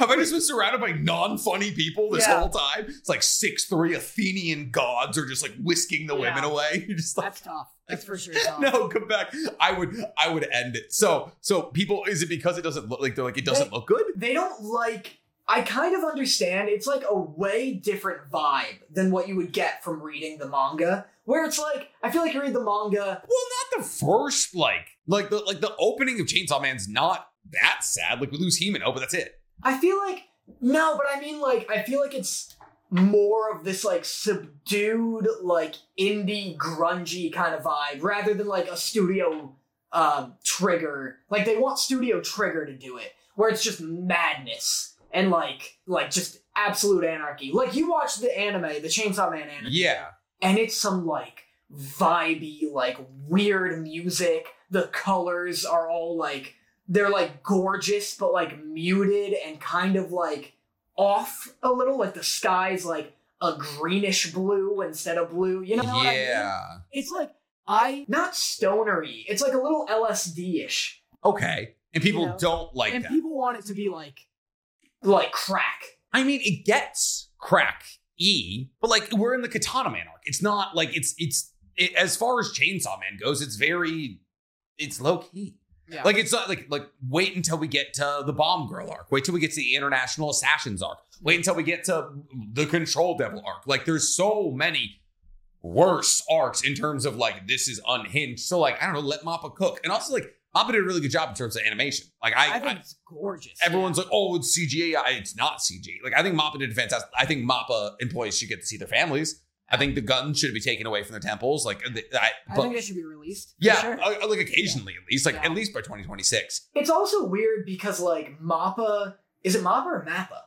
Have I just been surrounded by non-funny people this
Yeah.
whole time? It's like six three Athenian gods are just like whisking the women
Yeah.
away. You're just like
That's tough. That's for sure. Tough.
no, come back. I would I would end it. So so people is it because it doesn't look like they're like it doesn't
They-
look good?
they don't like I kind of understand it's like a way different vibe than what you would get from reading the manga. Where it's like, I feel like you read the manga,
Well, not the first like like the like the opening of Chainsaw Man's not that sad. Like we lose Hemino, but that's it.
I feel like no, but I mean like I feel like it's more of this like subdued, like indie grungy kind of vibe, rather than like a studio um trigger. Like they want Studio Trigger to do it, where it's just madness and like like just absolute anarchy. Like you watch the anime, the Chainsaw Man anime
Yeah.
and it's some like vibey, like weird music. the colors are all like they're like gorgeous but like muted and kind of like off a little like the sky's like a greenish blue instead of blue you know what I mean?
yeah.
It's like I
not stonery it's like a little lsd-ish
Okay. And people
You know,
don't like
and
that.
people want it to be like
like crack
I mean, it gets crack E, but like we're in the Katana Man arc. It's not like it's it's it, as far as Chainsaw Man goes, it's very it's low key.
Yeah.
Like it's not like like wait until we get to the Bomb Girl arc. Wait till we get to the International Assassins arc. Wait until we get to the Control Devil arc. Like there's so many worse arcs in terms of like this is unhinged. So like I don't know, let Mappa cook, and also like Mappa did a really good job in terms of animation. Like I,
I,
I
think it's gorgeous.
Everyone's like, oh, it's CGA. I- It's not CG. Like, I think Mappa did fantastic. I think Mappa employees should get to see their families. I think the guns should be taken away from their temples. Like, uh, the- I,
I
but
think it should be released. for
yeah,
sure.
uh, like occasionally at least, like
Yeah.
at least by 2026.
It's also weird because like Mappa is it Mappa or Mappa?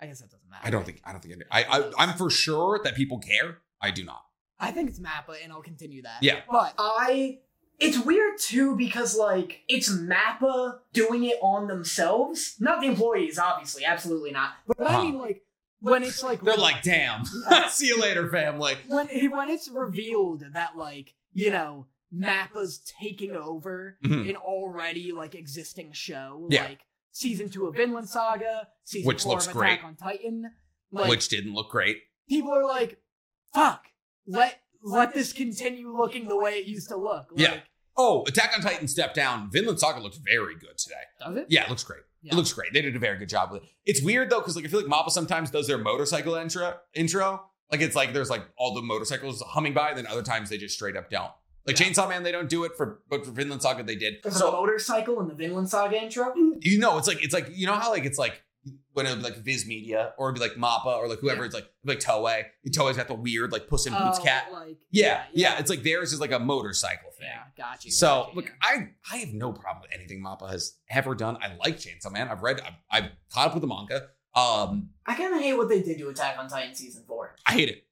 I guess that doesn't matter.
I don't think, I don't think, I, I, I I'm for sure that people care. I do not.
I think it's Mappa, and I'll continue that.
Yeah.
but
I it's weird too because like it's Mappa doing it on themselves, not the employees, obviously, absolutely not.
but
Uh-huh.
I mean, like when it's like
They're like, damn. see you later, family.
when when it's revealed that like you know Mappa's taking over
Mhm.
an already like existing show,
Yeah.
like season two of Vinland Saga, season
Which
four
looks
of
great.
Attack on Titan, like
Which didn't look great.
people are like, fuck, let let this continue looking the way it used to look. Like,
Yeah. Oh, Attack on Titan stepped down. Vinland Saga looked very good today.
does it?
Yeah, it looks great.
Yeah.
It looks great. They did a very good job with it. It's weird though, because like I feel like Mappa sometimes does their motorcycle intro intro. Like it's like there's like all the motorcycles humming by, and then other times they just straight up don't. Like
Yeah.
Chainsaw Man, they don't do it for but for Vinland Saga they did.
There's a
So
motorcycle in the Vinland Saga intro.
you know it's like it's like you know how like it's like when it would be like Viz Media or it'd be like Mappa or like whoever it's like like Toei. Toei's got the weird like puss in boots
Oh,
cat.
Like,
Yeah, yeah, It's like theirs is like a motorcycle thing.
yeah, got you.
So
got you,
look, I I have no problem with anything Mappa has ever done. I like Chainsaw Man. I've read. I've, I've caught up with the manga. Um,
I kinda hate what they did to Attack on Titan season four.
I hate it.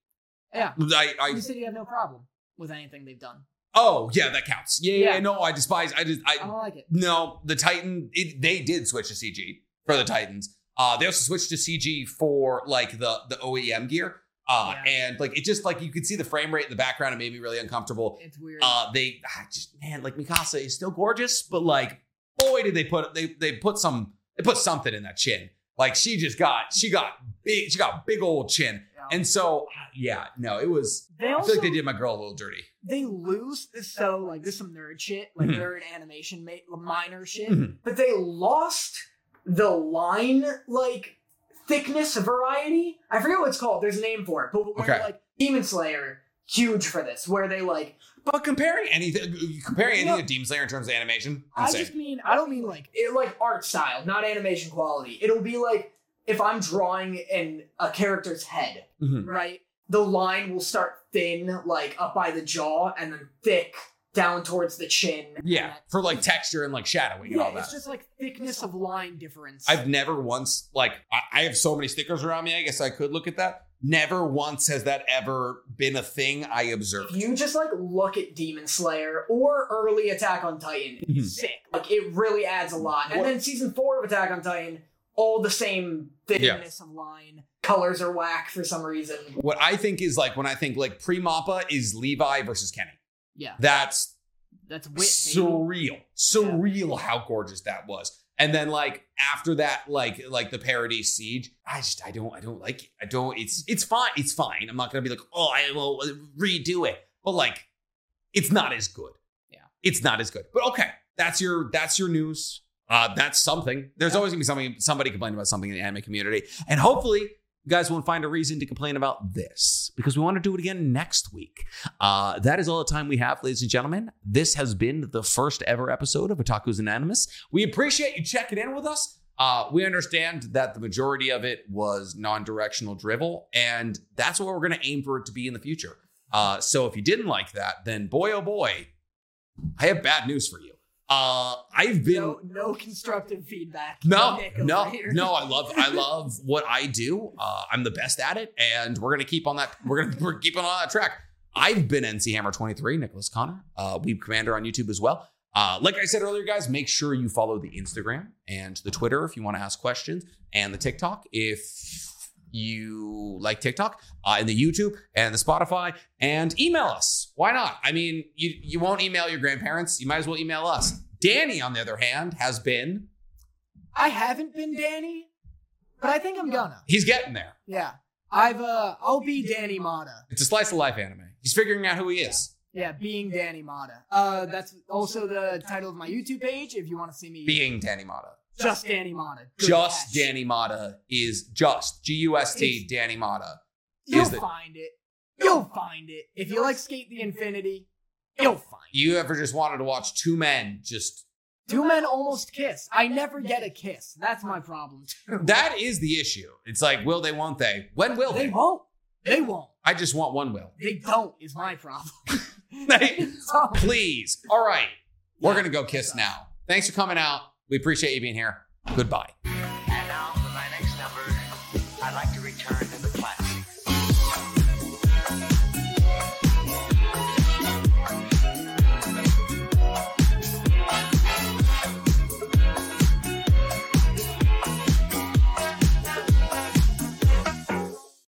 Yeah.
I,
yeah. you
I
said you have no problem with anything they've done.
oh yeah, that counts. Yeah, yeah.
Yeah.
No, I despise. I just
I
I
don't like it.
no the Titan. It, they did switch to CG for the Titans. Uh, they also switched to CG for like the the OEM gear. Uh,
Yeah.
and like it just like you could see the frame rate in the background. It made me really uncomfortable.
It's weird.
Uh, they I just man, like Mikasa is still gorgeous, but like, boy, did they put they they put some they put something in that chin. Like she just got she got big she got big old chin,
Yeah.
and so uh, yeah, no, it was.
they
I
also
feel like they did my girl a little dirty.
they lose so like Uh, this is some nerd shit like
Mhm.
nerd animation ma- minor shit.
Mhm.
But they lost the line like thickness variety. I forget what it's called. There's a name for it. But where
Okay.
like Demon Slayer huge for this, where they like
But comparing anything comparing anything
No.
to Demon Slayer in terms of animation,
I
insane.
just mean I don't mean like
it like art style, not animation quality. It'll be like if I'm drawing an a character's head,
Mhm.
right.
the line will start thin, like up by the jaw, and then thick down towards the chin.
yeah, for like texture and like shadowing and
Yeah,
all that.
it's just like thickness of line difference.
I've never once like I, I have so many stickers around me. I guess I could look at that. Never once has that ever been a thing I observed.
If you just like look at Demon Slayer or early Attack on Titan,
Mhm.
it's sick. Like it really adds a lot. And
What-
then season four of Attack on Titan, all the same thing.
Yeah.
thickness of line.
Colors are whack for some reason.
what I think is like when I think like pre Mappa is Levi versus Kenny.
Yeah,
That's
that's wit. baby.
surreal, surreal how gorgeous that was. And then like after that, like like the parody siege, I just I don't I don't like it. I don't. It's it's fine. It's fine. I'm not gonna be like oh I will redo it, but like it's not as good.
Yeah.
it's not as good. But okay, that's your that's your news. Uh, that's something. There's
Yeah.
always gonna be something somebody complaining about something in the anime community, and hopefully you guys won't find a reason to complain about this because we want to do it again next week. Uh, that is all the time we have, ladies and gentlemen. This has been the first ever episode of Otaku's Anonymous. We appreciate you checking in with us. Uh, we understand that the majority of it was non directional drivel, and that's what we're going to aim for it to be in the future. Uh, so if you didn't like that, then boy, oh boy, I have bad news for you. Uh, I've been.
No, no constructive feedback.
No,
Nick over
no,
here.
no. I love, I love what I do. Uh, I'm the best at it, and we're gonna keep on that. We're gonna we're keeping on that track. I've been NC Hammer 23, Nicholas Connor, uh, Weeb Commander on YouTube as well. Uh, like I said earlier, guys, make sure you follow the Instagram and the Twitter if you want to ask questions, and the TikTok if you like TikTok, uh, and the YouTube and the Spotify, and email us. Why not? I mean, you you won't email your grandparents. You might as well email us. Danny, on the other hand, has been
I haven't been Danny, but I think I'm gonna.
he's getting there.
Yeah. I've uh I'll be Danny Mata.
It's a slice of life anime. He's figuring out who he is.
Yeah, being Danny Mata. Uh that's also the title of my YouTube page if you want to see me
Being Danny Mata.
just Danny Mata. Good
Just
catch.
Danny Mata is just G U S T Danny Mata.
You'll
is the-
find it. You'll find it. If you like Skate the Infinity, you'll find it.
You ever just wanted to watch two men just
Two men almost kiss. I never get a kiss. That's my problem. too.
that is the issue. It's like will they won't they? When will
They
they?
won't. They won't.
I just want one will.
They don't is my problem. So-
Please. All right. We're
Yeah.
gonna go kiss now. Thanks for coming out. We appreciate you being here. Goodbye.
And now for my next number, I'd like to return to